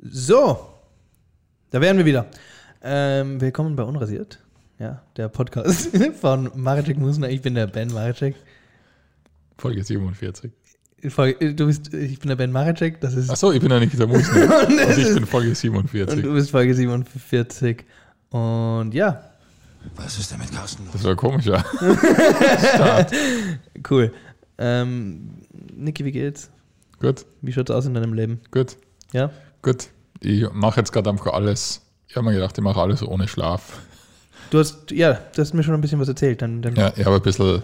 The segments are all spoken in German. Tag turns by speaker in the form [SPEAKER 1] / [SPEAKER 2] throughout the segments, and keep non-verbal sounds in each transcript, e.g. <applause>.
[SPEAKER 1] So, da wären wir wieder. Ähm, willkommen bei Unrasiert, ja, der Podcast <laughs> von Marek Musner. Ich bin der Ben Marek.
[SPEAKER 2] Folge 47.
[SPEAKER 1] Folge- äh, Du bist, ich bin der Ben Marek, das ist
[SPEAKER 2] Achso, ich bin ja nicht dieser
[SPEAKER 1] <laughs>
[SPEAKER 2] Musner.
[SPEAKER 1] Und es
[SPEAKER 2] und ich
[SPEAKER 1] ist-
[SPEAKER 2] bin Folge
[SPEAKER 1] und
[SPEAKER 2] 47.
[SPEAKER 1] du bist Folge 47. Und ja,
[SPEAKER 3] Was ist denn mit Carsten los?
[SPEAKER 2] Das war komischer.
[SPEAKER 1] cool. Ähm, Niki, wie geht's?
[SPEAKER 2] gut,
[SPEAKER 1] Wie schaut's aus in deinem Leben?
[SPEAKER 2] gut,
[SPEAKER 1] Ja?
[SPEAKER 2] gut. Ich mache jetzt gerade einfach alles. Ich habe mir gedacht, ich mache alles ohne Schlaf.
[SPEAKER 1] Du hast, ja, du hast mir schon ein bisschen was erzählt. Dann, dann,
[SPEAKER 2] Ja, ich habe ein bisschen,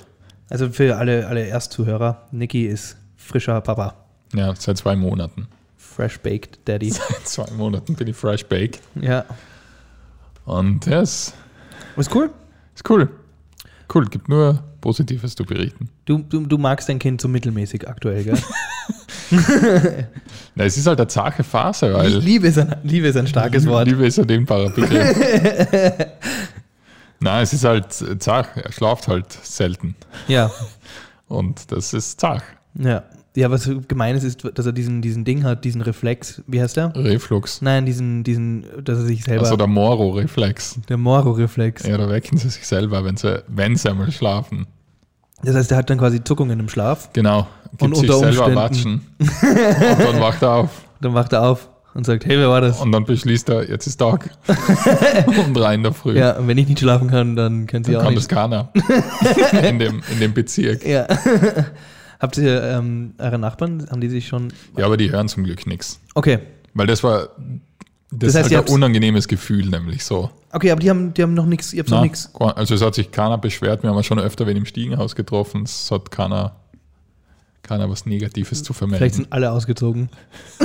[SPEAKER 1] Also für alle, alle Erstzuhörer, Niki ist frischer Papa.
[SPEAKER 2] ja, seit zwei Monaten. <laughs>
[SPEAKER 1] Fresh Baked Daddy.
[SPEAKER 2] Seit zwei Monaten bin ich fresh baked.
[SPEAKER 1] ja.
[SPEAKER 2] Und ja, yes,
[SPEAKER 1] Ist cool.
[SPEAKER 2] ist cool. Cool, gibt nur Positives zu berichten.
[SPEAKER 1] Du, du, du magst dein Kind so mittelmäßig aktuell, gell?
[SPEAKER 2] Na, es ist halt eine zarte Phase, weil
[SPEAKER 1] Liebe ist ein, Liebe ist ein starkes
[SPEAKER 2] Liebe-
[SPEAKER 1] Wort.
[SPEAKER 2] Liebe ist ja dem Parapet.
[SPEAKER 1] <laughs>
[SPEAKER 2] Nein, es ist halt zart. Er schlaft halt selten.
[SPEAKER 1] Ja.
[SPEAKER 2] Und das ist zart.
[SPEAKER 1] Ja. Ja, was gemein ist, ist, dass er diesen, diesen Ding hat, diesen Reflex. Wie heißt der?
[SPEAKER 2] Reflux.
[SPEAKER 1] Nein, diesen, diesen, dass er sich selber.
[SPEAKER 2] Also der Moro-Reflex.
[SPEAKER 1] der Moro-Reflex.
[SPEAKER 2] Ja, da wecken sie sich selber, wenn sie, wenn sie einmal schlafen.
[SPEAKER 1] Das heißt, er hat dann quasi Zuckungen im Schlaf.
[SPEAKER 2] Genau. Gibt
[SPEAKER 1] Und
[SPEAKER 2] sich
[SPEAKER 1] unter
[SPEAKER 2] selber
[SPEAKER 1] Umständen-
[SPEAKER 2] watschen.
[SPEAKER 1] <laughs>
[SPEAKER 2] Und dann wacht er auf.
[SPEAKER 1] Dann wacht er auf und sagt: Hey, wer war das?
[SPEAKER 2] Und dann beschließt er, jetzt ist
[SPEAKER 1] <laughs>
[SPEAKER 2] Tag. um drei in der Früh.
[SPEAKER 1] Ja, und wenn ich nicht schlafen kann, dann können sie
[SPEAKER 2] Dann
[SPEAKER 1] auch
[SPEAKER 2] kann
[SPEAKER 1] nicht.
[SPEAKER 2] das
[SPEAKER 1] <laughs>
[SPEAKER 2] keiner. in, dem, in dem Bezirk.
[SPEAKER 1] Ja. <laughs> Habt ihr ähm, eure Nachbarn, haben die sich schon.
[SPEAKER 2] Ja, aber die hören zum Glück nichts.
[SPEAKER 1] Okay.
[SPEAKER 2] Weil das war das,
[SPEAKER 1] Das heißt,
[SPEAKER 2] ist
[SPEAKER 1] ihr
[SPEAKER 2] halt
[SPEAKER 1] habt's-
[SPEAKER 2] ein unangenehmes Gefühl, nämlich so.
[SPEAKER 1] Okay, aber die haben, die haben noch nichts, ihr habt noch
[SPEAKER 2] Na,
[SPEAKER 1] nichts.
[SPEAKER 2] gar- Also es hat sich keiner beschwert, wir haben schon öfter wen im Stiegenhaus getroffen, es hat keiner, keiner was Negatives zu
[SPEAKER 1] Vielleicht
[SPEAKER 2] vermelden.
[SPEAKER 1] sind alle ausgezogen.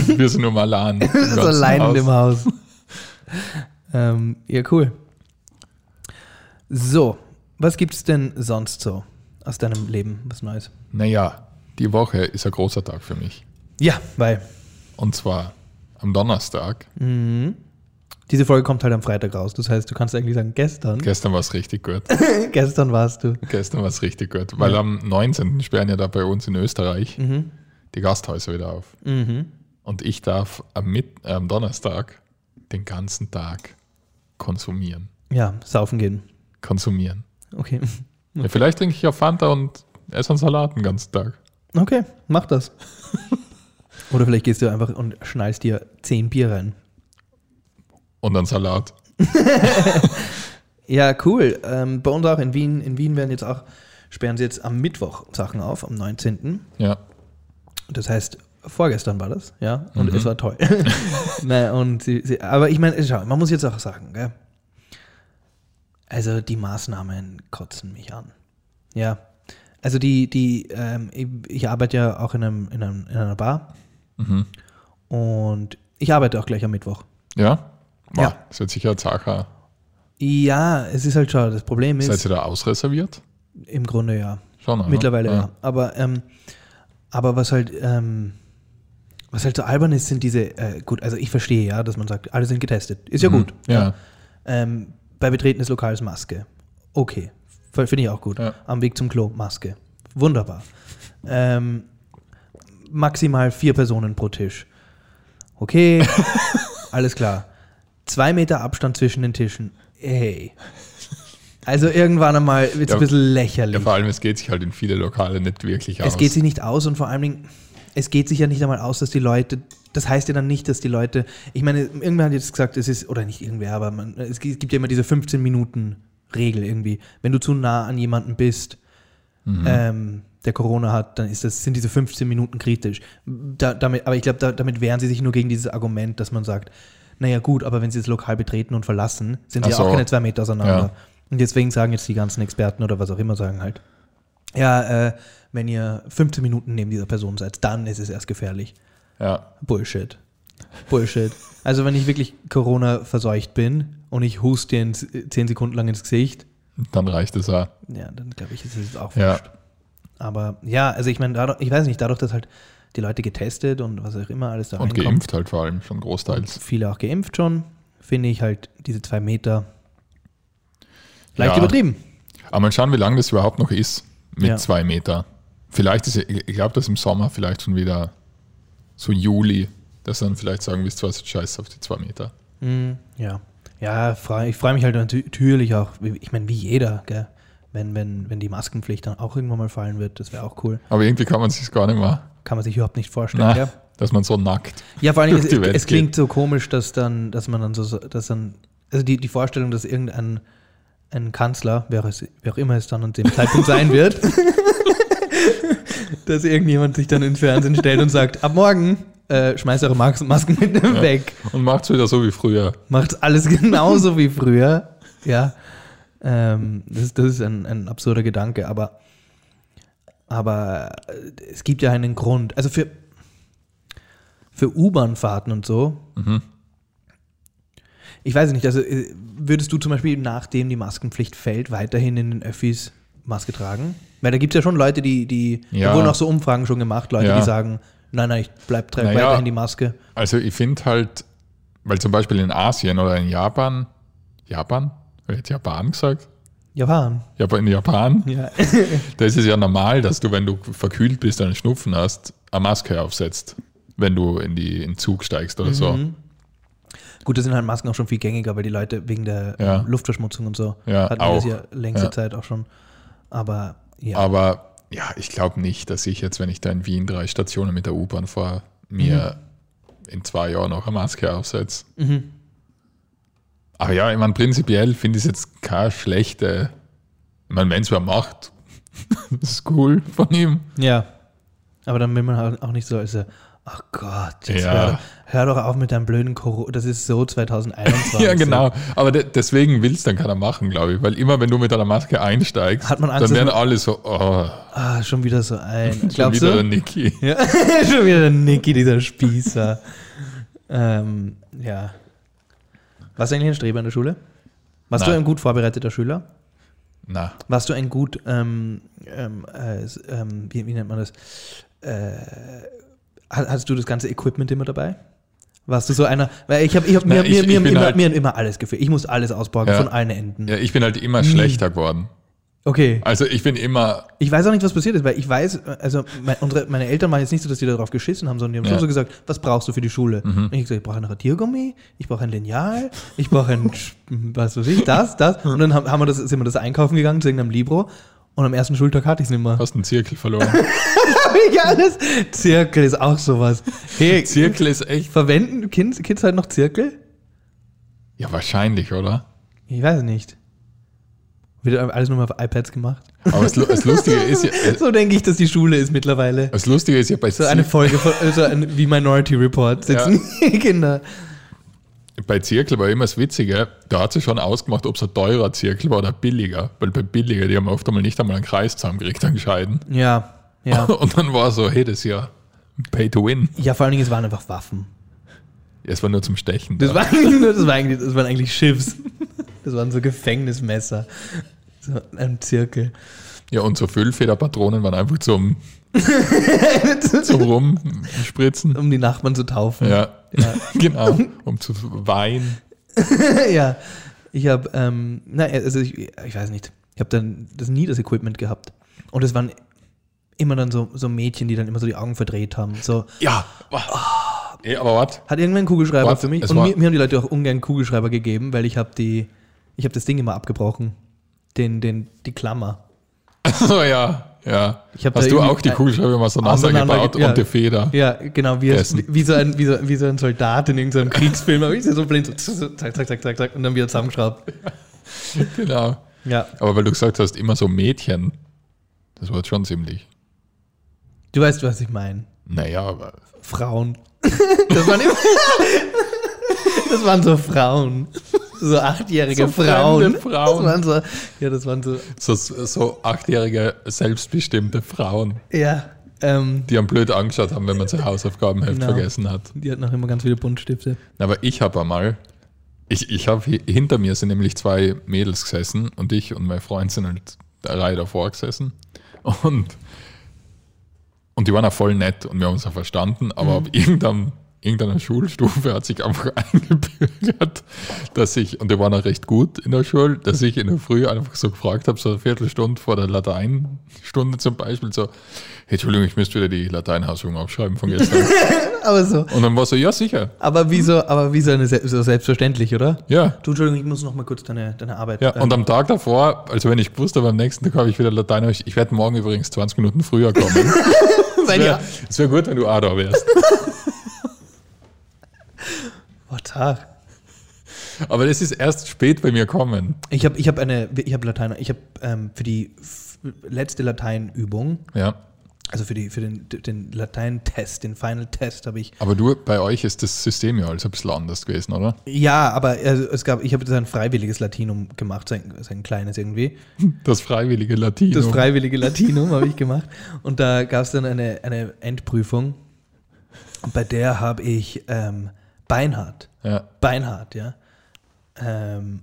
[SPEAKER 2] wir sind nur
[SPEAKER 1] <laughs>
[SPEAKER 2] mal allein. im
[SPEAKER 1] so
[SPEAKER 2] ganzen
[SPEAKER 1] allein
[SPEAKER 2] Haus.
[SPEAKER 1] im Haus. ähm, ja, cool. So, was gibt's denn sonst so aus deinem Leben, was Neues?
[SPEAKER 2] Naja, die Woche ist ein großer Tag für mich.
[SPEAKER 1] Ja, weil
[SPEAKER 2] Und zwar am Donnerstag.
[SPEAKER 1] Mhm. diese Folge kommt halt am Freitag raus. Das heißt, du kannst eigentlich sagen, gestern.
[SPEAKER 2] Gestern war es richtig gut.
[SPEAKER 1] <laughs> gestern warst du.
[SPEAKER 2] Gestern war es richtig gut. Weil am 19. sperren ja da bei uns in Österreich
[SPEAKER 1] Mhm.
[SPEAKER 2] die Gasthäuser wieder auf.
[SPEAKER 1] Mhm.
[SPEAKER 2] Und ich darf am, Mit äh, am Donnerstag den ganzen Tag konsumieren.
[SPEAKER 1] Ja, saufen gehen.
[SPEAKER 2] Konsumieren.
[SPEAKER 1] Okay. <laughs>
[SPEAKER 2] Ja, vielleicht trinke ich ja Fanta und esse einen Salat den ganzen Tag.
[SPEAKER 1] Okay, mach das. <laughs> Oder vielleicht gehst du einfach und schnallst dir zehn Bier rein.
[SPEAKER 2] Und einen Salat.
[SPEAKER 1] Ja, cool. Ähm, bei uns auch in Wien. In Wien werden jetzt auch, sperren sie jetzt am Mittwoch Sachen auf, am 19.
[SPEAKER 2] Ja.
[SPEAKER 1] Das heißt, vorgestern war das, ja, und es war toll. <laughs> naja, und sie, sie, aber ich meine, schau, man muss jetzt auch sagen, gell? also die Maßnahmen kotzen mich an. Ja, also die, die, ähm, ich, ich arbeite ja auch in, einem, in, einem, in einer Bar
[SPEAKER 2] Mhm.
[SPEAKER 1] und ich arbeite auch gleich am Mittwoch.
[SPEAKER 2] Ja? Wow,
[SPEAKER 1] Ja.
[SPEAKER 2] Das wird sicher ein Zacher.
[SPEAKER 1] Ja, es ist halt schon, das Problem ist,
[SPEAKER 2] Seid ihr da ausreserviert?
[SPEAKER 1] im Grunde ja.
[SPEAKER 2] Schon, oder?
[SPEAKER 1] Mittlerweile ja.
[SPEAKER 2] ja.
[SPEAKER 1] Aber, ähm, aber was halt, ähm, was halt so albern ist, sind diese, äh, gut, also ich verstehe ja, dass man sagt, alle sind getestet. Ist ja
[SPEAKER 2] Mhm.
[SPEAKER 1] gut.
[SPEAKER 2] Ja.
[SPEAKER 1] Ähm, bei Betreten des Lokals Maske. Okay. F- Finde ich auch gut.
[SPEAKER 2] Ja.
[SPEAKER 1] Am Weg zum Klo Maske. Wunderbar. Ähm, maximal vier Personen pro Tisch. Okay.
[SPEAKER 2] <laughs>
[SPEAKER 1] Alles klar. Zwei Meter Abstand zwischen den Tischen. Hey. Also irgendwann einmal wird es
[SPEAKER 2] Ja,
[SPEAKER 1] ein bisschen
[SPEAKER 2] ja.
[SPEAKER 1] lächerlich.
[SPEAKER 2] Vor allem, es geht sich halt in viele Lokale nicht wirklich aus.
[SPEAKER 1] Es geht sich nicht aus und vor allen Dingen, es geht sich ja nicht einmal aus, dass die Leute, das heißt ja dann nicht, dass die Leute, ich meine, irgendwer hat jetzt gesagt, es ist, oder nicht irgendwer, aber man, es gi- es gibt ja immer diese 15 Minuten Regel irgendwie. Wenn du zu nah an jemanden bist,
[SPEAKER 2] Mhm.
[SPEAKER 1] ähm, der Corona hat, dann ist das, sind diese 15 Minuten kritisch. Da, damit, aber ich glaube, da, damit wehren sie sich nur gegen dieses Argument, dass man sagt, naja gut, aber wenn sie das Lokal betreten und verlassen, sind sie
[SPEAKER 2] Ach
[SPEAKER 1] ja auch
[SPEAKER 2] so.
[SPEAKER 1] keine zwei Meter auseinander.
[SPEAKER 2] Ja.
[SPEAKER 1] Und deswegen sagen jetzt die ganzen Experten oder was auch immer sagen halt, ja, äh, wenn ihr 15 Minuten neben dieser Person seid, dann ist es erst gefährlich.
[SPEAKER 2] Ja.
[SPEAKER 1] Bullshit.
[SPEAKER 2] <laughs>
[SPEAKER 1] Bullshit. Also wenn ich wirklich Corona verseucht bin und ich huste dir ins, 10 Sekunden lang ins Gesicht,
[SPEAKER 2] Dann reicht es auch.
[SPEAKER 1] ja, dann glaube ich, ist es auch
[SPEAKER 2] Ja.
[SPEAKER 1] wurscht. Aber ja, also ich meine, dadurch- ich weiß nicht, dadurch, dass halt die Leute getestet und was auch immer alles da
[SPEAKER 2] Und
[SPEAKER 1] reinkommt,
[SPEAKER 2] geimpft halt vor allem schon großteils.
[SPEAKER 1] viele auch geimpft schon, finde ich halt diese zwei Meter leicht
[SPEAKER 2] Ja.
[SPEAKER 1] übertrieben.
[SPEAKER 2] Aber mal schauen, wie lange das überhaupt noch ist mit
[SPEAKER 1] Ja.
[SPEAKER 2] zwei Meter. Vielleicht ist, ich glaube, dass im Sommer vielleicht schon wieder so Juli Dass sie dann vielleicht sagen, wisst ihr was, scheiß auf die zwei Meter.
[SPEAKER 1] Mhm, ja. Ja, frei- ich freue mich halt natü- natürlich auch, wie- ich meine, wie jeder, gell? Wenn, wenn, wenn die Maskenpflicht dann auch irgendwann mal fallen wird, das wäre auch cool.
[SPEAKER 2] Aber irgendwie kann man sich gar nicht mehr,
[SPEAKER 1] Kann man sich überhaupt nicht vorstellen,
[SPEAKER 2] na,
[SPEAKER 1] gell?
[SPEAKER 2] dass man so nackt.
[SPEAKER 1] Ja, vor
[SPEAKER 2] <laughs>
[SPEAKER 1] allem, es,
[SPEAKER 2] Durch die Welt
[SPEAKER 1] es klingt so komisch, dass dann, dass man dann so- so, dass dann, also die, die Vorstellung, dass irgendein ein Kanzler, wer, es, wer auch immer es dann an dem Zeitpunkt sein
[SPEAKER 2] <laughs>
[SPEAKER 1] wird, dass irgendjemand sich dann ins Fernsehen stellt und sagt, ab morgen äh, schmeißt eure Mas- Masken mit weg.
[SPEAKER 2] Und macht's wieder so wie früher.
[SPEAKER 1] Macht alles <laughs> genauso wie früher. Ja. Ähm, das, das ist ein, ein absurder Gedanke, aber, aber äh, es gibt ja einen Grund. Also für, für U-Bahn-Fahrten und so.
[SPEAKER 2] Mhm.
[SPEAKER 1] Ich weiß nicht, also äh, würdest du zum Beispiel, nachdem die Maskenpflicht fällt, weiterhin in den Öffis Maske tragen? Weil da gibt es ja schon Leute, die, die
[SPEAKER 2] Ja.
[SPEAKER 1] da wurden auch so Umfragen schon gemacht, Leute,
[SPEAKER 2] Ja.
[SPEAKER 1] die sagen, nein, nein, ich bleib trage
[SPEAKER 2] Naja.
[SPEAKER 1] weiterhin die Maske.
[SPEAKER 2] Also ich finde halt, weil zum Beispiel in Asien oder in Japan, Japan? Wer hat Japan gesagt?
[SPEAKER 1] Japan.
[SPEAKER 2] Japan, in Japan,
[SPEAKER 1] <laughs> Ja.
[SPEAKER 2] da ist es ja normal, dass du, wenn du verkühlt bist, einen Schnupfen hast, eine Maske aufsetzt, wenn du in, die, in den Zug steigst oder so.
[SPEAKER 1] Gut, da sind halt Masken auch schon viel gängiger, weil die Leute wegen der
[SPEAKER 2] Ja.
[SPEAKER 1] ähm, Luftverschmutzung und so
[SPEAKER 2] Ja,
[SPEAKER 1] hatten wir das
[SPEAKER 2] auch.
[SPEAKER 1] ja längste
[SPEAKER 2] Ja.
[SPEAKER 1] Zeit auch schon. Aber ja,
[SPEAKER 2] Aber ja, ich glaube nicht, dass ich jetzt, wenn ich da in Wien drei Stationen mit der U-Bahn fahre, mir
[SPEAKER 1] Mhm.
[SPEAKER 2] in zwei Jahren noch eine Maske aufsetze. Aber ja, ich meine, prinzipiell finde ich es jetzt keine schlechte. Ich meine, wenn es wer macht, <laughs> ist cool von ihm.
[SPEAKER 1] ja. Aber dann will man halt auch nicht so, also, ach Gott, jetzt
[SPEAKER 2] Ja.
[SPEAKER 1] hör, hör doch auf mit deinem blöden Corona. Das ist
[SPEAKER 2] <laughs>
[SPEAKER 1] so 2021.
[SPEAKER 2] Ja, genau. Aber de deswegen will es dann keiner machen, glaube ich. Weil immer, wenn du mit einer Maske einsteigst,
[SPEAKER 1] Hat man Angst,
[SPEAKER 2] dann
[SPEAKER 1] dass
[SPEAKER 2] werden
[SPEAKER 1] man-
[SPEAKER 2] alle so, oh,
[SPEAKER 1] Ah, schon wieder so ein.
[SPEAKER 2] schon
[SPEAKER 1] Glaubst
[SPEAKER 2] wieder der
[SPEAKER 1] du?
[SPEAKER 2] Niki.
[SPEAKER 1] Ja, <laughs> schon wieder der Niki, dieser Spießer. ähm, ja. Warst du eigentlich ein Streber in der Schule? Warst du
[SPEAKER 2] Nein.
[SPEAKER 1] ein gut vorbereiteter Schüler?
[SPEAKER 2] Na,
[SPEAKER 1] Warst du ein gut, ähm, ähm, äh, s- ähm, wie, wie nennt man das? Äh, ha- hattest du das ganze Equipment immer dabei? Warst du so einer? Weil ich habe ich hab mir,
[SPEAKER 2] Na, ich-
[SPEAKER 1] mir, mir,
[SPEAKER 2] ich bin
[SPEAKER 1] immer,
[SPEAKER 2] halt-
[SPEAKER 1] mir immer alles gefehlt. Ich muss alles ausborgen
[SPEAKER 2] Ja.
[SPEAKER 1] von allen Enden.
[SPEAKER 2] ja, ich bin halt immer schlechter geworden.
[SPEAKER 1] Okay.
[SPEAKER 2] Also ich bin immer,
[SPEAKER 1] Ich weiß auch nicht, was passiert ist, weil ich weiß, also mein, unsere, meine Eltern waren jetzt nicht so, dass die darauf geschissen haben, sondern die haben
[SPEAKER 2] Ja. Mhm.
[SPEAKER 1] schon so gesagt, was brauchst du für die Schule? Und ich hab gesagt, ich brauche ein Radiergummi, ich brauche ein Lineal, ich brauche ein, Sch- was weiß ich, das, das. Und dann haben, haben wir das, sind wir das einkaufen gegangen zu irgendeinem Libro und am ersten Schultag hatte ich es nicht mehr.
[SPEAKER 2] hast einen Zirkel verloren.
[SPEAKER 1] <laughs> Ja, alles. Zirkel ist auch sowas. Hey,
[SPEAKER 2] Zirkel ist echt.
[SPEAKER 1] verwenden Kids, Kids halt noch Zirkel?
[SPEAKER 2] Ja, wahrscheinlich, oder?
[SPEAKER 1] Ich weiß nicht. Wird alles nur mal auf iPads gemacht?
[SPEAKER 2] Aber das, Lu- das Lustige ist ja, äh,
[SPEAKER 1] So denke ich, dass die Schule ist mittlerweile.
[SPEAKER 2] das Lustige ist ja bei,
[SPEAKER 1] So eine
[SPEAKER 2] Zir
[SPEAKER 1] Folge von, so ein, wie Minority Report sitzen die Kinder.
[SPEAKER 2] bei Zirkel war immer das Witzige, da hat sie schon ausgemacht, ob es ein teurer Zirkel war oder billiger. Weil bei billiger, die haben oft einmal nicht einmal einen Kreis zusammengekriegt, dann gescheiden.
[SPEAKER 1] Ja, ja.
[SPEAKER 2] <laughs> Und dann war so, hey, das ist ja Pay to Win.
[SPEAKER 1] Ja, vor allen Dingen, es waren einfach Waffen.
[SPEAKER 2] Es war nur zum Stechen.
[SPEAKER 1] Das,
[SPEAKER 2] Da.
[SPEAKER 1] waren, das, waren eigentlich, das waren eigentlich Schiffs. Das waren so Gefängnismesser. So ein Zirkel.
[SPEAKER 2] Ja, und so Füllfederpatronen waren einfach zum, zum Rumspritzen.
[SPEAKER 1] Um die Nachbarn zu taufen.
[SPEAKER 2] Ja, <laughs> genau. Um zu weinen.
[SPEAKER 1] <laughs> ja, ich habe, ähm, naja, also ich, ich weiß nicht, ich habe dann das nie das Equipment gehabt. Und es waren immer dann so, so Mädchen, die dann immer so die Augen verdreht haben. So,
[SPEAKER 2] Ja. Ey, aber warte.
[SPEAKER 1] hat irgendwer einen Kugelschreiber
[SPEAKER 2] Warte,
[SPEAKER 1] für mich?
[SPEAKER 2] es
[SPEAKER 1] Und
[SPEAKER 2] war-
[SPEAKER 1] mir, mir haben die Leute auch ungern einen Kugelschreiber gegeben, weil ich habe die, ich habe das Ding immer abgebrochen. Den, den, die Klammer.
[SPEAKER 2] So, <laughs> ja. Ja.
[SPEAKER 1] Ich hab da
[SPEAKER 2] Hast du
[SPEAKER 1] irgendwie-
[SPEAKER 2] auch die Kugelschreiber mal so
[SPEAKER 1] Auseinander-
[SPEAKER 2] gebaut
[SPEAKER 1] ja.
[SPEAKER 2] und die Feder?
[SPEAKER 1] Ja, genau, wie,
[SPEAKER 2] Dessen.
[SPEAKER 1] wie, so, ein, wie, so, wie so ein Soldat in irgendeinem Kriegsfilm. Aber ich sehe so blind, so, so, zack, zack, zack, zack, zack, und dann wieder zusammengeschraubt.
[SPEAKER 2] Genau.
[SPEAKER 1] Ja.
[SPEAKER 2] Aber weil du gesagt hast, immer so Mädchen, das war jetzt schon ziemlich.
[SPEAKER 1] Du weißt, was ich meine.
[SPEAKER 2] Naja, aber
[SPEAKER 1] Frauen. Das waren, immer, das waren so Frauen. So achtjährige
[SPEAKER 2] So
[SPEAKER 1] Frauen.
[SPEAKER 2] <laughs> fremde
[SPEAKER 1] Das
[SPEAKER 2] Frauen.
[SPEAKER 1] waren so, ja, das waren so,
[SPEAKER 2] so, so achtjährige, selbstbestimmte Frauen,
[SPEAKER 1] ja, ähm,
[SPEAKER 2] die am blöd angeschaut haben, wenn man sein Hausaufgabenheft
[SPEAKER 1] Genau.
[SPEAKER 2] vergessen hat.
[SPEAKER 1] die hatten auch immer ganz viele Buntstifte.
[SPEAKER 2] Aber ich habe einmal, ich, ich habe hinter mir sind nämlich zwei Mädels gesessen und ich und mein Freund sind halt der Reihe davor gesessen. Und, und die waren auch voll nett und wir haben uns auch verstanden, aber ab irgendeinem, irgendeiner Schulstufe hat sich einfach <laughs> eingebürgert, dass ich, und die waren auch recht gut in der Schule, dass ich in der Früh einfach so gefragt habe, so eine Viertelstunde vor der Lateinstunde zum Beispiel, so, hey, Entschuldigung, ich müsste wieder die Lateinhausung aufschreiben von gestern.
[SPEAKER 1] Aber so.
[SPEAKER 2] und dann war so, ja, sicher.
[SPEAKER 1] Aber wie so, aber wie so, eine, Se- so selbstverständlich, oder?
[SPEAKER 2] Ja.
[SPEAKER 1] Du, Entschuldigung, ich muss noch mal kurz deine, deine Arbeit. ähm,
[SPEAKER 2] Ja, und am Tag davor, also wenn ich gewusst habe, am nächsten Tag habe ich wieder Latein, ich, ich werde morgen übrigens 20 Minuten früher
[SPEAKER 1] <laughs>
[SPEAKER 2] kommen.
[SPEAKER 1] Weil
[SPEAKER 2] Ja,
[SPEAKER 1] ja.
[SPEAKER 2] es wäre gut, wenn du Ada wärst.
[SPEAKER 1] Oh, Tag.
[SPEAKER 2] Aber das ist erst spät bei mir kommen.
[SPEAKER 1] Ich habe ich hab eine, ich habe Latein, ich habe ähm, für die f- letzte Lateinübung,
[SPEAKER 2] Ja.
[SPEAKER 1] also für, die, für den, den Lateintest, den Final Test habe ich
[SPEAKER 2] Aber du, bei euch ist das System ja alles ein bisschen anders gewesen, oder?
[SPEAKER 1] Ja, aber also es gab, ich habe jetzt ein freiwilliges Latinum gemacht, sein, sein kleines irgendwie.
[SPEAKER 2] Das freiwillige Latino.
[SPEAKER 1] Das freiwillige Latinum habe ich gemacht. Und da gab es dann eine, eine Endprüfung. Und bei der habe ich ähm, Beinhard,
[SPEAKER 2] ja.
[SPEAKER 1] Beinhard, ja. Ähm,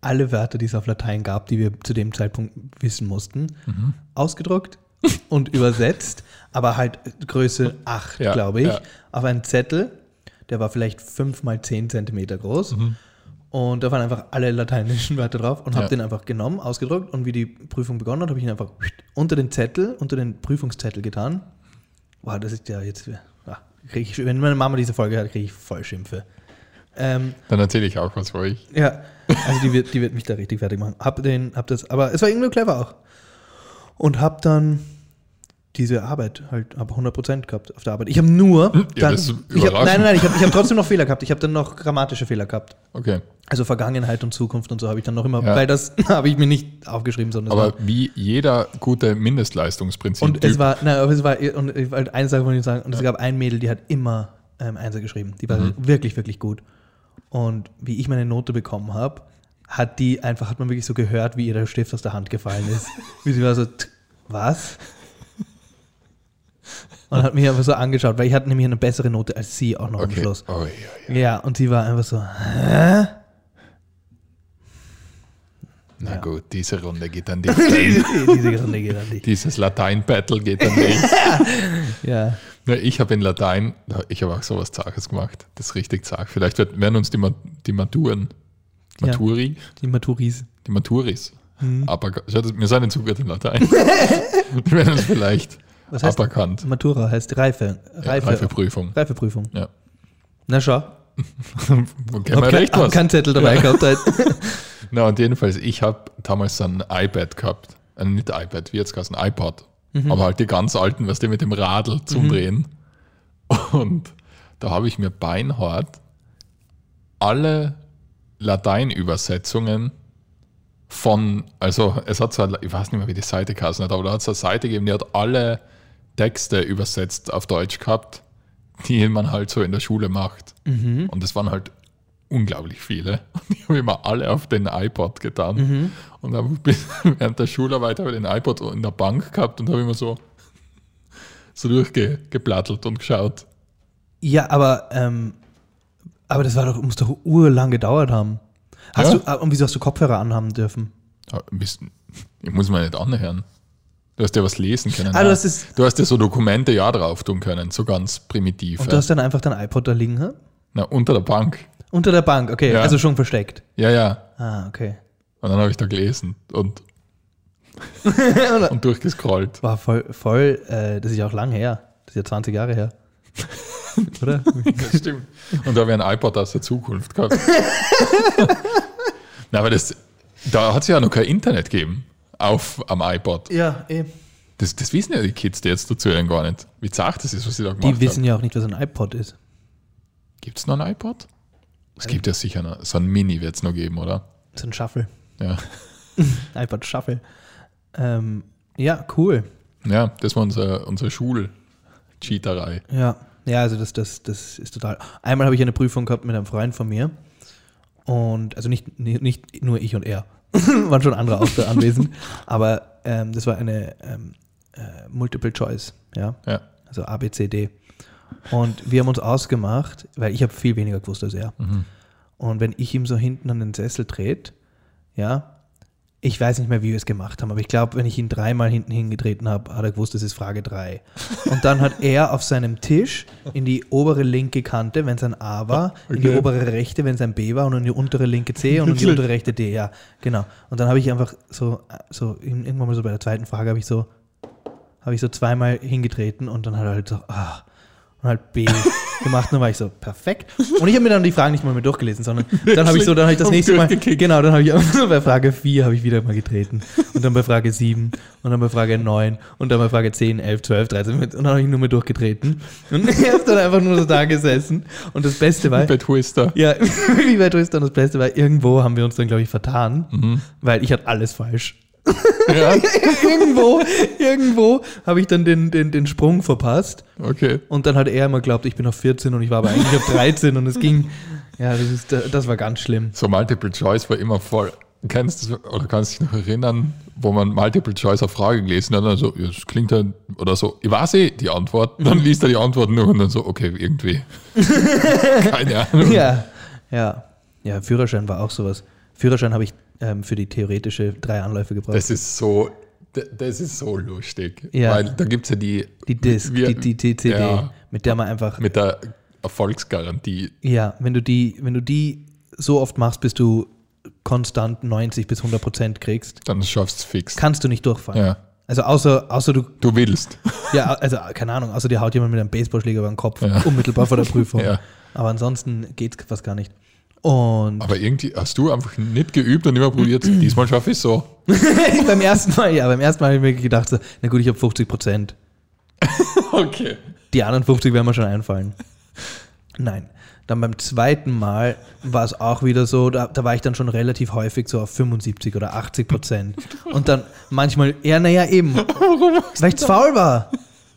[SPEAKER 1] alle Wörter, die es auf Latein gab, die wir zu dem Zeitpunkt wissen mussten,
[SPEAKER 2] Mhm.
[SPEAKER 1] ausgedruckt
[SPEAKER 2] <laughs>
[SPEAKER 1] und übersetzt, aber halt Größe 8,
[SPEAKER 2] Ja,
[SPEAKER 1] glaube ich,
[SPEAKER 2] ja.
[SPEAKER 1] auf einen Zettel, der war vielleicht 5 mal 10 Zentimeter groß. Und da waren einfach alle lateinischen Wörter drauf und habe
[SPEAKER 2] Mhm. Ja.
[SPEAKER 1] den einfach genommen, ausgedruckt und wie die Prüfung begonnen hat, habe ich ihn einfach unter den Zettel, unter den Prüfungszettel getan. Wow, das ist ja jetzt. Ah, krieg ich, wenn meine Mama diese Folge hört, kriege ich voll Schimpfe. Ähm,
[SPEAKER 2] Dann erzähle ich auch was für euch.
[SPEAKER 1] ja, also die wird, die wird mich da richtig fertig machen. Hab den, hab das, aber es war irgendwie clever auch. Und hab dann diese Arbeit halt, hab 100% gehabt auf der Arbeit. Ich habe nur, dann,
[SPEAKER 2] das ist
[SPEAKER 1] ich hab, nein, nein,
[SPEAKER 2] überraschend.
[SPEAKER 1] nein, ich habe ich hab trotzdem noch Fehler gehabt. Ich habe dann noch grammatische Fehler gehabt.
[SPEAKER 2] Okay.
[SPEAKER 1] Also Vergangenheit und Zukunft und so habe ich dann noch immer,
[SPEAKER 2] Ja.
[SPEAKER 1] weil das <laughs> habe ich mir nicht aufgeschrieben, sondern es war-
[SPEAKER 2] Aber wie jeder gute Mindestleistungsprinzip.
[SPEAKER 1] und es war, nein, aber es war, und ich wollte eine Sache von Ihnen sagen, und es gab ein Mädel, die hat immer ähm, Einser geschrieben. Die war
[SPEAKER 2] Mhm.
[SPEAKER 1] wirklich, wirklich gut. Und wie ich meine Note bekommen habe, hat die einfach, hat man wirklich so gehört, wie ihr der Stift aus der Hand gefallen
[SPEAKER 2] <laughs>
[SPEAKER 1] ist. wie sie war so, "T- was? Und hat mich einfach so angeschaut, weil ich hatte nämlich eine bessere Note als sie auch noch am
[SPEAKER 2] okay.
[SPEAKER 1] Schluss.
[SPEAKER 2] Oh, ja, ja.
[SPEAKER 1] Ja, und sie war einfach so, hä?
[SPEAKER 2] Na
[SPEAKER 1] Ja.
[SPEAKER 2] gut, diese Runde geht
[SPEAKER 1] <laughs>
[SPEAKER 2] an dich.
[SPEAKER 1] diese diese Runde geht an dich.
[SPEAKER 2] Dieses Latein-Battle geht
[SPEAKER 1] <laughs>
[SPEAKER 2] an dich.
[SPEAKER 1] Ja.
[SPEAKER 2] Na, ich habe in Latein, na, ich habe auch sowas Zages gemacht. Das ist richtig zag. Vielleicht wird- werden uns die, Ma- die Maturen,
[SPEAKER 1] Ja. Mhm.
[SPEAKER 2] Maturi,
[SPEAKER 1] Die Maturis.
[SPEAKER 2] die Maturis, aberkannt. Ich hatte- Wir sind in Zukunft
[SPEAKER 1] <laughs>
[SPEAKER 2] in Latein. wir werden uns vielleicht
[SPEAKER 1] Was heißt-
[SPEAKER 2] aberkannt.
[SPEAKER 1] Matura heißt Reife. Reife. <laughs>
[SPEAKER 2] Reifeprüfung.
[SPEAKER 1] Reifeprüfung.
[SPEAKER 2] Ja.
[SPEAKER 1] Na schau.
[SPEAKER 2] Okay, man
[SPEAKER 1] kein-
[SPEAKER 2] recht was.
[SPEAKER 1] keinen Zettel dabei gehabt.
[SPEAKER 2] <laughs>
[SPEAKER 1] Halt.
[SPEAKER 2] Na, und jedenfalls, ich habe damals so ein iPad gehabt. Äh, nicht iPad, wie jetzt heißt ein iPod. Aber halt die ganz alten, was die mit dem Radl zum Drehen. <laughs> Und da habe ich mir beinhart alle Lateinübersetzungen von, also es hat so, eine- ich weiß nicht mehr, wie die Seite geheißen hat, aber da hat es eine Seite gegeben, die hat alle Texte übersetzt auf Deutsch gehabt, die man halt so in der Schule macht. Und das waren halt unglaublich viele. <laughs> Und die habe ich mir alle auf den iPod getan.
[SPEAKER 1] Mhm.
[SPEAKER 2] Und habe bis- <laughs> während der Schularbeit habe ich den iPod in der Bank gehabt und habe immer so, so durchgeplattelt und geschaut.
[SPEAKER 1] ja, aber, ähm, aber das war doch, muss doch urlang gedauert haben. Hast
[SPEAKER 2] Ja.
[SPEAKER 1] du, ah, und wieso hast du Kopfhörer anhaben dürfen?
[SPEAKER 2] Ah, ein bisschen- Ich muss mir nicht anhören. Du hast ja was lesen können.
[SPEAKER 1] Ah, du
[SPEAKER 2] ja.
[SPEAKER 1] hast es-
[SPEAKER 2] du hast ja so Dokumente ja drauf tun können, so ganz primitiv.
[SPEAKER 1] Und
[SPEAKER 2] ja.
[SPEAKER 1] du hast dann einfach dein iPod da liegen, hä?
[SPEAKER 2] Na, unter der Bank.
[SPEAKER 1] Unter der Bank, okay,
[SPEAKER 2] Ja.
[SPEAKER 1] also schon versteckt.
[SPEAKER 2] Ja, ja.
[SPEAKER 1] Ah, okay.
[SPEAKER 2] Und dann habe ich da gelesen
[SPEAKER 1] <laughs>
[SPEAKER 2] und, und durchgescrollt.
[SPEAKER 1] War voll, voll äh, das ist ja auch lang her. Das ist ja 20 Jahre
[SPEAKER 2] <laughs>
[SPEAKER 1] her. Oder?
[SPEAKER 2] Das stimmt. <laughs> Und da wäre ein iPod aus der Zukunft gehabt. Na, aber das, da hat es ja noch kein Internet gegeben auf am iPod.
[SPEAKER 1] ja, eh.
[SPEAKER 2] Das, das wissen ja die Kids, die jetzt dazu hören, gar nicht. Wie zart das ist, was sie da
[SPEAKER 1] Die
[SPEAKER 2] gemacht
[SPEAKER 1] wissen
[SPEAKER 2] haben.
[SPEAKER 1] ja auch nicht, was ein iPod ist.
[SPEAKER 2] Gibt es noch ein iPod? Es gibt ja sicher noch. So ein Mini wird es noch geben, oder?
[SPEAKER 1] Das ist ein Shuffle.
[SPEAKER 2] Ja.
[SPEAKER 1] iPod Shuffle. Ähm, ja, cool.
[SPEAKER 2] Ja, das war unser, unsere Schul-Cheaterei.
[SPEAKER 1] Ja, ja, also das, das, das ist total. Einmal habe ich eine Prüfung gehabt mit einem Freund von mir. Und also nicht, nicht nicht nur ich und er, <laughs> waren schon andere auch da anwesend. Aber ähm, das war eine ähm, äh, Multiple Choice, ja.
[SPEAKER 2] Ja.
[SPEAKER 1] Also A, B, C, D. Und wir haben uns ausgemacht, weil ich habe viel weniger gewusst als er. Und wenn ich ihm so hinten an den Sessel dreht, ja, Ich weiß nicht mehr, wie wir es gemacht haben, aber ich glaube, wenn ich ihn dreimal hinten hingetreten habe, hat er gewusst, das ist Frage 3. Und dann hat er auf seinem Tisch in die obere linke Kante, wenn es ein A war, in die
[SPEAKER 2] Okay.
[SPEAKER 1] obere rechte, wenn es ein B war und in die untere linke C und in die untere rechte D, ja, genau. Und dann habe ich einfach so, so in- irgendwann mal so bei der zweiten Frage habe ich so, habe ich so zweimal hingetreten und dann hat er halt so, ah, und halt B gemacht. Und dann war ich so, perfekt. Und ich habe mir dann die Fragen nicht mal mehr durchgelesen, sondern dann habe ich so, dann habe ich das
[SPEAKER 2] Und
[SPEAKER 1] nächste Mal,
[SPEAKER 2] durchgekickt.
[SPEAKER 1] genau, dann habe ich einfach so <laughs> bei Frage 4 habe ich wieder mal getreten. Und dann bei Frage 7 und dann bei Frage 9 und dann bei Frage 10, 11, 12, 13 und dann habe ich nur mehr durchgetreten. Und <laughs> er ist dann einfach nur so da gesessen. Und das Beste war, <laughs>
[SPEAKER 2] Bei Twister.
[SPEAKER 1] ja, wie bei Tristan, das Beste war, irgendwo haben wir uns dann, glaube ich, vertan, weil ich hatte alles falsch
[SPEAKER 2] Ja,
[SPEAKER 1] irgendwo, irgendwo habe ich dann den, den, den Sprung verpasst.
[SPEAKER 2] okay.
[SPEAKER 1] Und dann hat er immer geglaubt, ich bin auf 14 und ich war aber eigentlich auf 13 und es ging. Ja, das, ist, das war ganz schlimm.
[SPEAKER 2] So Multiple Choice war immer voll. Kennst du das, oder kannst dich noch erinnern, wo man Multiple Choice auf Frage gelesen hat, also ja, das klingt halt oder so, ich weiß eh die Antwort,
[SPEAKER 1] Mhm.
[SPEAKER 2] dann liest er die Antwort nur und dann so, okay,
[SPEAKER 1] <laughs>
[SPEAKER 2] irgendwie. Keine Ahnung.
[SPEAKER 1] Ja, ja. Ja, Führerschein war auch sowas. Führerschein habe ich ähm, für die theoretische drei Anläufe gebraucht.
[SPEAKER 2] Das ist so, d- das ist so lustig.
[SPEAKER 1] Ja.
[SPEAKER 2] Weil da gibt es ja die,
[SPEAKER 1] die Disc,
[SPEAKER 2] wir-
[SPEAKER 1] die, die TCD,
[SPEAKER 2] Ja,
[SPEAKER 1] mit der man einfach.
[SPEAKER 2] mit der Erfolgsgarantie.
[SPEAKER 1] ja, wenn du die, wenn du die so oft machst, bis du konstant 90 bis 100 Prozent kriegst,
[SPEAKER 2] Dann schaffst du es fix.
[SPEAKER 1] kannst du nicht durchfallen.
[SPEAKER 2] Ja.
[SPEAKER 1] Also außer, außer du
[SPEAKER 2] Du willst.
[SPEAKER 1] Ja, also keine Ahnung, außer dir haut jemand mit einem Baseballschläger über den Kopf, unmittelbar vor der Prüfung.
[SPEAKER 2] Ja.
[SPEAKER 1] Aber ansonsten geht's fast gar nicht. Und
[SPEAKER 2] Aber irgendwie hast du einfach nicht geübt und immer probiert, diesmal schaffe ich es so.
[SPEAKER 1] <laughs> beim ersten Mal, ja, beim ersten Mal habe ich mir gedacht, so, na gut, ich habe 50 Prozent.
[SPEAKER 2] Okay.
[SPEAKER 1] Die anderen 50 werden mir schon einfallen. Nein. Dann beim zweiten Mal war es auch wieder so, da, da war ich dann schon relativ häufig so auf 75 oder 80 Prozent. Und dann manchmal, ja, naja, eben. Weil ich zu faul war.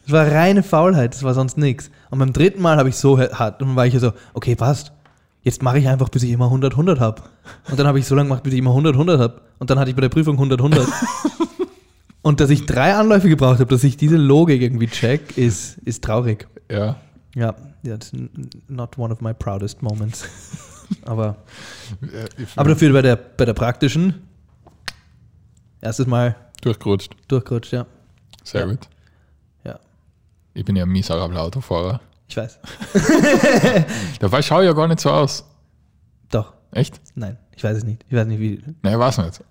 [SPEAKER 1] Es war reine Faulheit, es war sonst nichts. Und beim dritten Mal habe ich so he- hart, und dann war ich ja so, okay, passt. Jetzt mache ich einfach, bis ich immer 100, 100 habe. Und dann habe ich so lange gemacht, bis ich immer 100, 100 habe. Und dann hatte ich bei der Prüfung 100, 100. Und dass ich drei Anläufe gebraucht habe, dass ich diese Logik irgendwie check, ist, ist traurig.
[SPEAKER 2] Ja.
[SPEAKER 1] Ja, that's n- not one of my proudest moments. <laughs> aber,
[SPEAKER 2] Äh, ich-
[SPEAKER 1] aber dafür bei der, bei der praktischen, erstes Mal
[SPEAKER 2] Durchgerutscht.
[SPEAKER 1] durchgerutscht, ja.
[SPEAKER 2] Sehr
[SPEAKER 1] Ja.
[SPEAKER 2] gut.
[SPEAKER 1] Ja,
[SPEAKER 2] Ich bin ja ein miserabler Autofahrer.
[SPEAKER 1] ich weiß.
[SPEAKER 2] Dabei schau ich ja gar nicht so aus.
[SPEAKER 1] Doch,
[SPEAKER 2] Echt?
[SPEAKER 1] nein, ich weiß es nicht. Ich weiß nicht, wie.
[SPEAKER 2] Nein, weiß nicht.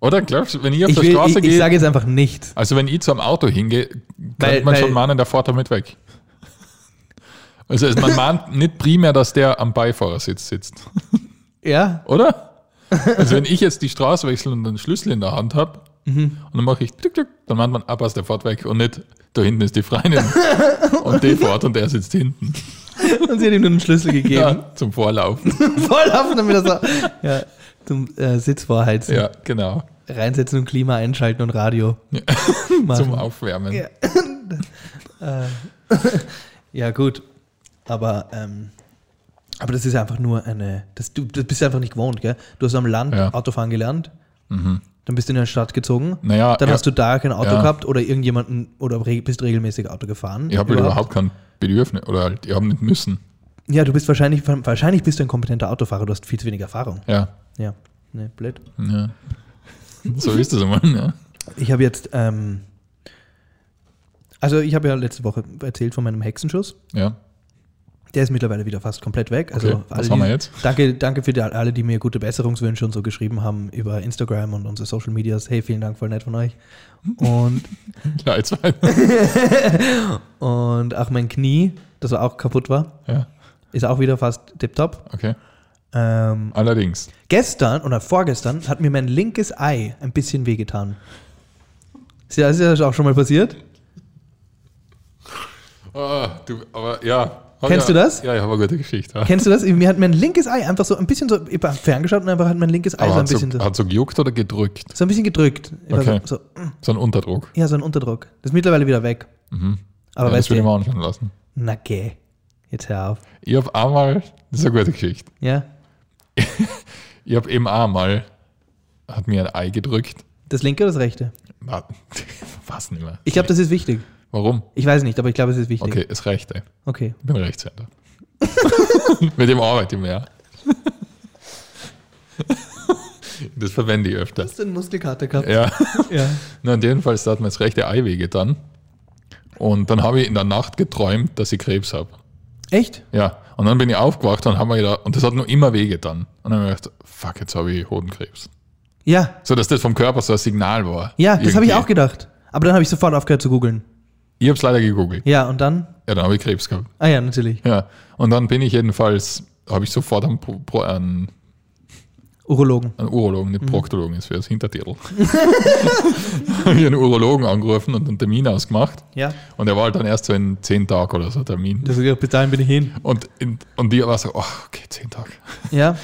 [SPEAKER 2] Oder glaubst du, wenn ich auf
[SPEAKER 1] Ich,
[SPEAKER 2] der
[SPEAKER 1] will- ich,
[SPEAKER 2] Straße
[SPEAKER 1] ich
[SPEAKER 2] gehe,
[SPEAKER 1] sage jetzt einfach nichts.
[SPEAKER 2] also wenn ich zum Auto hingehe,
[SPEAKER 1] Weil-
[SPEAKER 2] könnte man
[SPEAKER 1] weil-
[SPEAKER 2] schon mahnen, der fährt damit weg.
[SPEAKER 1] <laughs>
[SPEAKER 2] Also es- man mahnt nicht primär, dass der am Beifahrersitz sitzt,
[SPEAKER 1] Ja,
[SPEAKER 2] oder? Also wenn ich jetzt die Straße wechsle und einen Schlüssel in der Hand habe
[SPEAKER 1] Mhm.
[SPEAKER 2] und dann mache ich tück, tück, dann mahnt man, ah, passt, der fährt weg und nicht, da hinten ist
[SPEAKER 1] <laughs>
[SPEAKER 2] die Freundin und die fährt und der sitzt hinten.
[SPEAKER 1] und sie hat ihm nur einen
[SPEAKER 2] <laughs>
[SPEAKER 1] Schlüssel gegeben.
[SPEAKER 2] Ja, zum Vorlaufen.
[SPEAKER 1] Voll offen, damit er so. Ja, zum äh, Sitz vorheizen,
[SPEAKER 2] Ja, genau.
[SPEAKER 1] reinsetzen und Klima einschalten und Radio. <laughs>
[SPEAKER 2] Ja.
[SPEAKER 1] Machen.
[SPEAKER 2] Zum Aufwärmen.
[SPEAKER 1] Ja. Ja, gut. Aber, ähm, aber das ist einfach nur eine. Das, du das bist einfach nicht gewohnt, gell? Du hast am Land
[SPEAKER 2] Ja.
[SPEAKER 1] Autofahren gelernt, dann bist du in eine Stadt gezogen,
[SPEAKER 2] Naja,
[SPEAKER 1] dann
[SPEAKER 2] ja.
[SPEAKER 1] hast du da kein Auto
[SPEAKER 2] Ja.
[SPEAKER 1] gehabt oder irgendjemanden oder re bist regelmäßig Auto gefahren.
[SPEAKER 2] Ich habe halt überhaupt kein Bedürfnis oder halt, ich habe nicht müssen.
[SPEAKER 1] Ja, du bist wahrscheinlich, wahrscheinlich bist du ein kompetenter Autofahrer, du hast viel zu wenig Erfahrung.
[SPEAKER 2] Ja,
[SPEAKER 1] Ja. Nee, blöd.
[SPEAKER 2] ja. so ist das immer. Ne?
[SPEAKER 1] Ich habe jetzt, ähm, also ich habe ja letzte Woche erzählt von meinem Hexenschuss.
[SPEAKER 2] Ja,
[SPEAKER 1] Der ist mittlerweile wieder fast komplett weg. Also
[SPEAKER 2] Okay, was
[SPEAKER 1] alle,
[SPEAKER 2] haben wir
[SPEAKER 1] die-
[SPEAKER 2] jetzt? <laughs>
[SPEAKER 1] Danke, danke für die, alle, die mir gute Besserungswünsche und so geschrieben haben über Instagram und unsere Social Medias. Hey, vielen Dank, voll nett von euch. Und,
[SPEAKER 2] klar, jetzt weiter.
[SPEAKER 1] und auch mein Knie, das auch kaputt war,
[SPEAKER 2] Ja,
[SPEAKER 1] ist auch wieder fast tiptop.
[SPEAKER 2] okay.
[SPEAKER 1] Ähm,
[SPEAKER 2] Allerdings,
[SPEAKER 1] gestern oder vorgestern hat mir mein linkes Ei ein bisschen wehgetan. Ist ja, ist ja auch schon mal passiert.
[SPEAKER 2] Ah, du, aber ja. Ah,
[SPEAKER 1] Kennst
[SPEAKER 2] ja.
[SPEAKER 1] du das?
[SPEAKER 2] Ja, ich habe eine gute Geschichte.
[SPEAKER 1] Kennst du das? Mir hat mein linkes Ei einfach so ein bisschen so, ich habe ferngeschaut und einfach hat mein linkes Ei
[SPEAKER 2] aber
[SPEAKER 1] so ein
[SPEAKER 2] hat,
[SPEAKER 1] bisschen
[SPEAKER 2] so,
[SPEAKER 1] so,
[SPEAKER 2] hat so gejuckt oder gedrückt?
[SPEAKER 1] so ein bisschen gedrückt. Ich war
[SPEAKER 2] Okay.
[SPEAKER 1] So, so,
[SPEAKER 2] So ein Unterdruck.
[SPEAKER 1] Ja, so ein Unterdruck. Das ist mittlerweile wieder weg. Aber
[SPEAKER 2] Mhm. ja, das
[SPEAKER 1] weißt
[SPEAKER 2] würde ich
[SPEAKER 1] du,
[SPEAKER 2] mir anschauen lassen.
[SPEAKER 1] na geh, jetzt hör auf.
[SPEAKER 2] Ich habe einmal, das ist eine gute Geschichte.
[SPEAKER 1] Ja,
[SPEAKER 2] Ich habe eben einmal, hat mir ein Ei gedrückt.
[SPEAKER 1] das linke oder das rechte?
[SPEAKER 2] <laughs> Na, Was nicht mehr.
[SPEAKER 1] Ich glaube, das ist wichtig.
[SPEAKER 2] Warum?
[SPEAKER 1] Ich weiß nicht, aber ich glaube, es ist wichtig.
[SPEAKER 2] Okay, ist recht, ey.
[SPEAKER 1] Okay.
[SPEAKER 2] Ich bin Rechtshänder. <laughs> Mit dem arbeite ich mehr. Das verwende ich öfter.
[SPEAKER 1] Hast du eine Muskelkater gehabt?
[SPEAKER 2] Ja.
[SPEAKER 1] Ja.
[SPEAKER 2] Na, in dem Fall da hat mir das rechte Ei wehgetan. Und dann habe ich in der Nacht geträumt, dass ich Krebs habe.
[SPEAKER 1] Echt?
[SPEAKER 2] Ja. Und dann bin ich aufgewacht und habe mir gedacht, und das hat nur immer wehgetan. Und dann habe ich gedacht, fuck, jetzt habe ich Hodenkrebs.
[SPEAKER 1] Ja.
[SPEAKER 2] So, dass das vom Körper so ein Signal war.
[SPEAKER 1] Ja, das habe ich
[SPEAKER 2] Irgendwie.
[SPEAKER 1] auch gedacht. Aber dann habe ich sofort aufgehört zu googeln.
[SPEAKER 2] Ich habe es leider gegoogelt.
[SPEAKER 1] Ja, und dann?
[SPEAKER 2] Ja, dann habe ich Krebs gehabt.
[SPEAKER 1] Ah ja, natürlich.
[SPEAKER 2] Ja. Und dann bin ich jedenfalls, habe ich sofort einen, Pro, Pro, einen,
[SPEAKER 1] Urologen.
[SPEAKER 2] einen Urologen,
[SPEAKER 1] Mhm.
[SPEAKER 2] nicht Proktologen, ist für das Hintertitel. <laughs> habe ich einen Urologen angerufen und einen Termin ausgemacht.
[SPEAKER 1] Ja.
[SPEAKER 2] Und er war halt dann erst so in zehn Tagen oder so Termin.
[SPEAKER 1] Das, bis dahin bin ich hin.
[SPEAKER 2] Und, in, und die war so, ach, okay, zehn Tage.
[SPEAKER 1] Ja.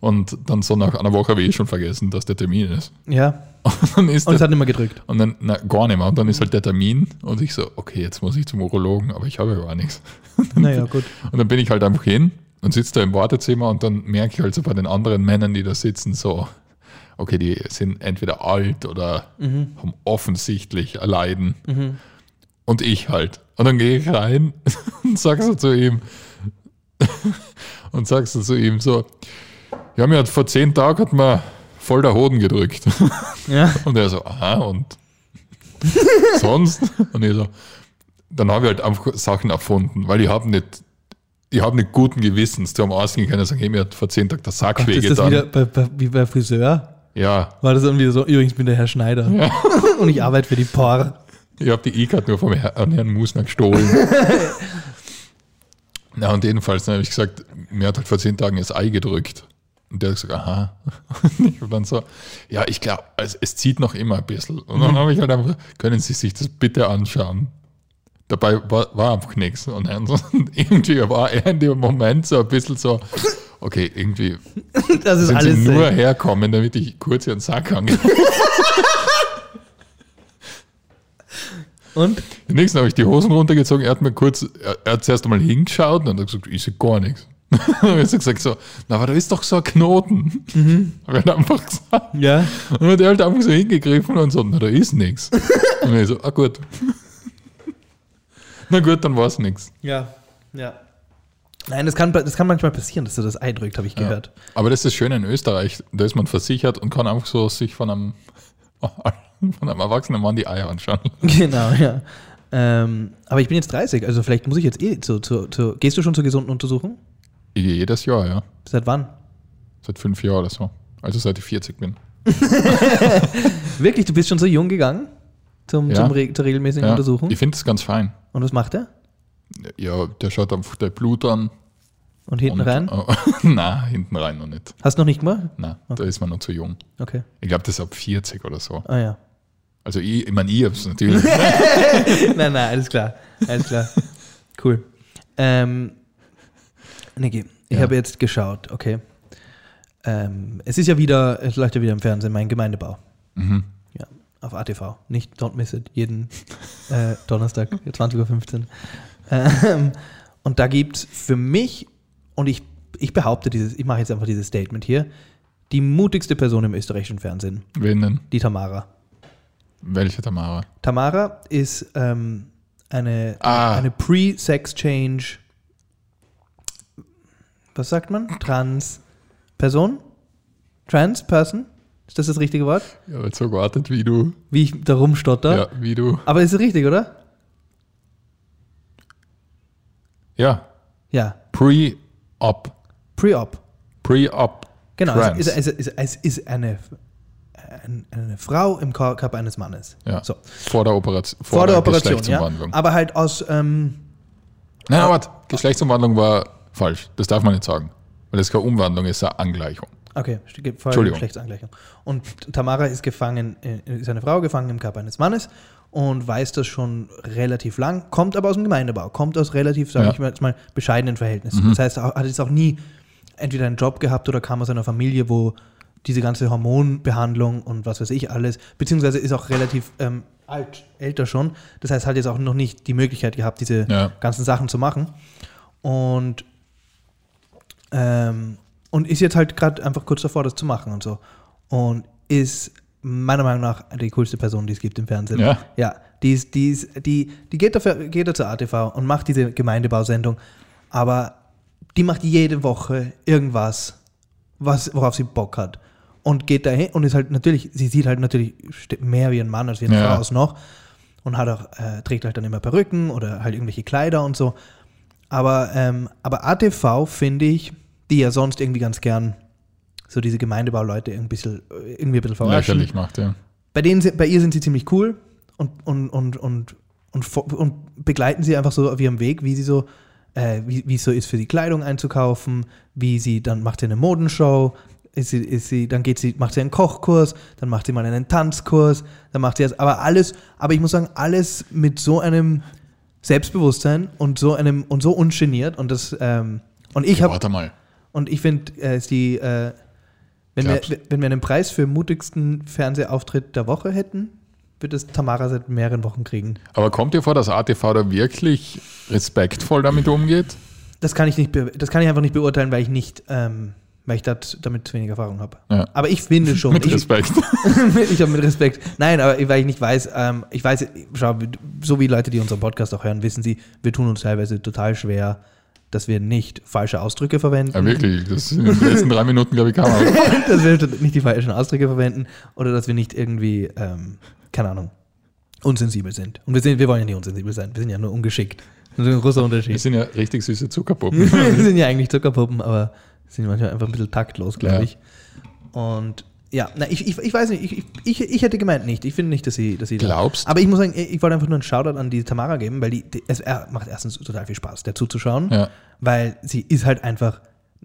[SPEAKER 2] Und dann so nach einer Woche habe ich eh schon vergessen, dass der Termin ist. <laughs>
[SPEAKER 1] Ja.
[SPEAKER 2] Und dann ist
[SPEAKER 1] Und es
[SPEAKER 2] der,
[SPEAKER 1] hat nicht mehr gedrückt.
[SPEAKER 2] und dann, na, gar nicht mehr. Und dann ist halt der Termin und ich so, okay, jetzt muss ich zum Urologen, aber ich habe ja gar nichts.
[SPEAKER 1] Naja, gut.
[SPEAKER 2] Und dann bin ich halt einfach hin und sitze da im Wartezimmer und dann merke ich halt so bei den anderen Männern, die da sitzen, so, okay, die sind entweder alt oder haben offensichtlich ein Leiden. Und ich halt. Und dann gehe ich rein <laughs> und sag so zu ihm, <laughs> und sagst du zu ihm so, ja, mir hat vor zehn Tagen hat mir voll der Hoden gedrückt.
[SPEAKER 1] Ja.
[SPEAKER 2] Und er so,
[SPEAKER 1] <laughs>
[SPEAKER 2] aha, und sonst? Und ich so, dann habe ich halt einfach Sachen erfunden, weil ich habe nicht, ich habe nicht guten Gewissens zu einem Ausgehen können und sagen, hey, mir hat vor zehn Tagen der Sack
[SPEAKER 1] Ist das wieder
[SPEAKER 2] wehgetan.
[SPEAKER 1] bei, bei, wie bei Friseur?
[SPEAKER 2] Ja,
[SPEAKER 1] War das dann wieder so, übrigens bin der Herr Schneider. <laughs> Und ich arbeite für die Por.
[SPEAKER 2] ich habe die E-Card nur vom Herr, an Herrn
[SPEAKER 1] <laughs>
[SPEAKER 2] Musner gestohlen. Na, und jedenfalls, dann habe ich gesagt, mir hat halt vor zehn Tagen das Ei gedrückt. Und der hat gesagt, aha. <laughs> Und ich habe dann so, ja, ich glaube, es, es zieht noch immer ein bisschen. Und dann habe ich halt einfach, können Sie sich das bitte anschauen? Dabei war, war einfach nichts. Und dann so- <laughs> irgendwie war er in dem Moment so ein bisschen so, okay, irgendwie
[SPEAKER 1] Das ist
[SPEAKER 2] sind
[SPEAKER 1] alles.
[SPEAKER 2] Sie nur
[SPEAKER 1] äh,
[SPEAKER 2] herkommen, damit ich kurz Ihren Sack angehe.
[SPEAKER 1] Und?
[SPEAKER 2] Den nächsten habe ich die Hosen runtergezogen. Er hat mir kurz, er, er hat zuerst einmal hingeschaut und dann hat er gesagt, ich sehe gar <laughs> nichts. Und jetzt hat gesagt so, na, aber da ist doch so ein Knoten. Habe ich halt einfach gesagt.
[SPEAKER 1] Ja.
[SPEAKER 2] Und dann hat er halt einfach so hingegriffen und so, na, da ist nichts. Und ich so, ah gut. Na gut, dann war es nichts.
[SPEAKER 1] Ja. Ja. Nein, das kann, das kann manchmal passieren, dass du das Ei drückt, habe ich gehört. <laughs>
[SPEAKER 2] Aber das ist schön in Österreich, da ist man versichert und kann einfach so sich von einem, <laughs> von einem erwachsenen Mann die Eier anschauen.
[SPEAKER 1] Genau, ja. Ähm, aber ich bin jetzt 30, also vielleicht muss ich jetzt eh zu, zu, zu. Gehst du schon zur gesunden Untersuchung?
[SPEAKER 2] Ich gehe jedes Jahr, ja.
[SPEAKER 1] Seit wann?
[SPEAKER 2] Seit fünf Jahren oder so. Also seit ich 40 bin.
[SPEAKER 1] Wirklich, du bist schon so jung gegangen zum,
[SPEAKER 2] Ja.
[SPEAKER 1] zum Re zur regelmäßigen
[SPEAKER 2] Ja.
[SPEAKER 1] Untersuchung?
[SPEAKER 2] Ich finde das ganz fein.
[SPEAKER 1] Und was macht er?
[SPEAKER 2] Ja, der schaut einfach dein Blut an.
[SPEAKER 1] Und hinten
[SPEAKER 2] und,
[SPEAKER 1] rein?
[SPEAKER 2] Oh, <laughs> nein, hinten rein noch nicht.
[SPEAKER 1] Hast du noch nicht gemacht?
[SPEAKER 2] Nein, da ist man noch zu jung.
[SPEAKER 1] Okay.
[SPEAKER 2] Ich glaube, das ist ab 40 oder so.
[SPEAKER 1] Ah ja.
[SPEAKER 2] Also ich, ich meine, ich hab's natürlich.
[SPEAKER 1] <laughs> nein, nein, alles klar. Alles klar. Cool. Ähm, Niki, ich
[SPEAKER 2] Ja.
[SPEAKER 1] habe jetzt geschaut, okay. Ähm, es ist ja wieder, es läuft ja wieder im Fernsehen, mein Gemeindebau.
[SPEAKER 2] Mhm.
[SPEAKER 1] Ja, auf ATV. Nicht Don't Miss It, jeden äh, Donnerstag, 20.15 Uhr. Ähm, und da gibt es für mich, und ich, ich behaupte dieses, ich mache jetzt einfach dieses Statement hier, die mutigste Person im österreichischen Fernsehen,
[SPEAKER 2] Wen denn?
[SPEAKER 1] die Tamara.
[SPEAKER 2] Welche Tamara?
[SPEAKER 1] Tamara ist ähm, eine,
[SPEAKER 2] Ah.
[SPEAKER 1] eine Pre-Sex-Change. Was sagt man? Trans-Person? Trans-Person? Ist das das richtige Wort?
[SPEAKER 2] Ja, weil so gewartet wie du.
[SPEAKER 1] Wie ich da rumstotter.
[SPEAKER 2] Ja, wie du.
[SPEAKER 1] Aber ist es richtig, oder?
[SPEAKER 2] Ja,
[SPEAKER 1] Ja.
[SPEAKER 2] pre-op.
[SPEAKER 1] Pre-op.
[SPEAKER 2] Pre-op.
[SPEAKER 1] Genau. Es,
[SPEAKER 2] Trans.
[SPEAKER 1] es, es, es ist eine, ein- eine Frau im Kor- Körper eines Mannes.
[SPEAKER 2] ja.
[SPEAKER 1] So.
[SPEAKER 2] Vor der Operation.
[SPEAKER 1] Vor, der, Operation, ja. Ah,
[SPEAKER 2] Geschlechtsumwandlung.
[SPEAKER 1] Aber halt aus. Ähm,
[SPEAKER 2] Nein, aber Geschlechtsumwandlung war falsch. Das darf man nicht sagen. Weil das keine Umwandlung ist, eine Angleichung.
[SPEAKER 1] Okay, st- ge- vorher
[SPEAKER 2] Entschuldigung.
[SPEAKER 1] Geschlechtsangleichung. Und Tamara ist gefangen, äh, ist eine Frau gefangen im Körper eines Mannes und weiß das schon relativ lang, kommt aber aus dem Gemeindebau, kommt aus relativ, sage
[SPEAKER 2] Ja. Mhm.
[SPEAKER 1] ich mal, jetzt mal, bescheidenen Verhältnissen. Das heißt, er hat jetzt auch nie entweder einen Job gehabt oder kam aus einer Familie, wo diese ganze Hormonbehandlung und was weiß ich alles, beziehungsweise ist auch relativ ähm, alt, älter schon. Das heißt, hat jetzt auch noch nicht die Möglichkeit gehabt, diese
[SPEAKER 2] Ja.
[SPEAKER 1] ganzen Sachen zu machen. Und ähm, und ist jetzt halt gerade einfach kurz davor, das zu machen und so. Und ist meiner Meinung nach die coolste Person, die es gibt im Fernsehen.
[SPEAKER 2] Ja?
[SPEAKER 1] Ja. Die, ist, die, ist, die, die geht, dafür, geht da zur ATV und macht diese Gemeindebausendung. Aber die macht jede Woche irgendwas, was, worauf sie Bock hat. und geht dahin und ist halt natürlich, sie sieht halt natürlich ste- mehr wie ein Mann als wie eine
[SPEAKER 2] Ja.
[SPEAKER 1] Frau aus noch und hat auch, äh, trägt halt dann immer Perücken oder halt irgendwelche Kleider und so. Aber, ähm, aber ATV finde ich, die ja sonst irgendwie ganz gern so diese Gemeindebauleute ein bisschen, äh, irgendwie ein bisschen verarschen
[SPEAKER 2] lächerlich macht, ja.
[SPEAKER 1] bei, denen, sind- bei ihr sind sie ziemlich cool und, und, und, und, und, fo- und begleiten sie einfach so auf ihrem Weg, wie sie so, äh, wie, wie es so ist, für die Kleidung einzukaufen, wie sie, dann macht sie eine Modenshow, ist sie, ist sie, dann geht sie, macht sie einen Kochkurs, dann macht sie mal einen Tanzkurs, dann macht sie das, aber alles, aber ich muss sagen, alles mit so einem Selbstbewusstsein und so einem, und so ungeniert und das, ähm, und ich habe
[SPEAKER 2] Warte mal.
[SPEAKER 1] und ich finde, äh, ist die, äh, wenn, wir,
[SPEAKER 2] Glaubst-
[SPEAKER 1] wenn wir einen Preis für mutigsten Fernsehauftritt der Woche hätten, wird es Tamara seit mehreren Wochen kriegen.
[SPEAKER 2] Aber kommt dir vor, dass ATV da wirklich respektvoll damit umgeht?
[SPEAKER 1] Das kann ich nicht, be- das kann ich einfach nicht beurteilen, weil ich nicht, ähm, weil ich dat, damit zu wenig Erfahrung habe.
[SPEAKER 2] Ja.
[SPEAKER 1] Aber ich finde
[SPEAKER 2] <laughs>
[SPEAKER 1] schon,
[SPEAKER 2] Mit
[SPEAKER 1] ich,
[SPEAKER 2] Respekt.
[SPEAKER 1] ich habe <laughs> mit Respekt. Nein, aber weil ich nicht weiß, ähm, ich weiß, schau, so wie Leute, die unseren Podcast auch hören, wissen sie, wir tun uns teilweise total schwer, dass wir nicht falsche Ausdrücke verwenden.
[SPEAKER 2] Ja, wirklich. Das sind in den letzten drei Minuten, glaube ich, kam auch.
[SPEAKER 1] <laughs> dass wir nicht die falschen Ausdrücke verwenden oder dass wir nicht irgendwie, ähm, keine Ahnung, unsensibel sind. Und wir, sind, wir wollen ja nicht unsensibel sein, wir sind ja nur ungeschickt. Das ist ein großer
[SPEAKER 2] Wir
[SPEAKER 1] Unterschied.
[SPEAKER 2] <laughs> sind ja richtig süße Zuckerpuppen.
[SPEAKER 1] wir sind ja eigentlich Zuckerpuppen, aber sind manchmal einfach ein bisschen taktlos, glaube
[SPEAKER 2] Ja.
[SPEAKER 1] ich. Und ja, na, ich, ich, ich weiß nicht, ich, ich, ich hätte gemeint nicht. Ich finde nicht, dass sie, dass sie da-
[SPEAKER 2] Glaubst?
[SPEAKER 1] Aber ich muss sagen, ich ich wollte einfach nur einen Shoutout an die Tamara geben, weil die, die es er macht erstens total viel Spaß, der zuzuschauen,
[SPEAKER 2] Ja.
[SPEAKER 1] weil sie ist halt einfach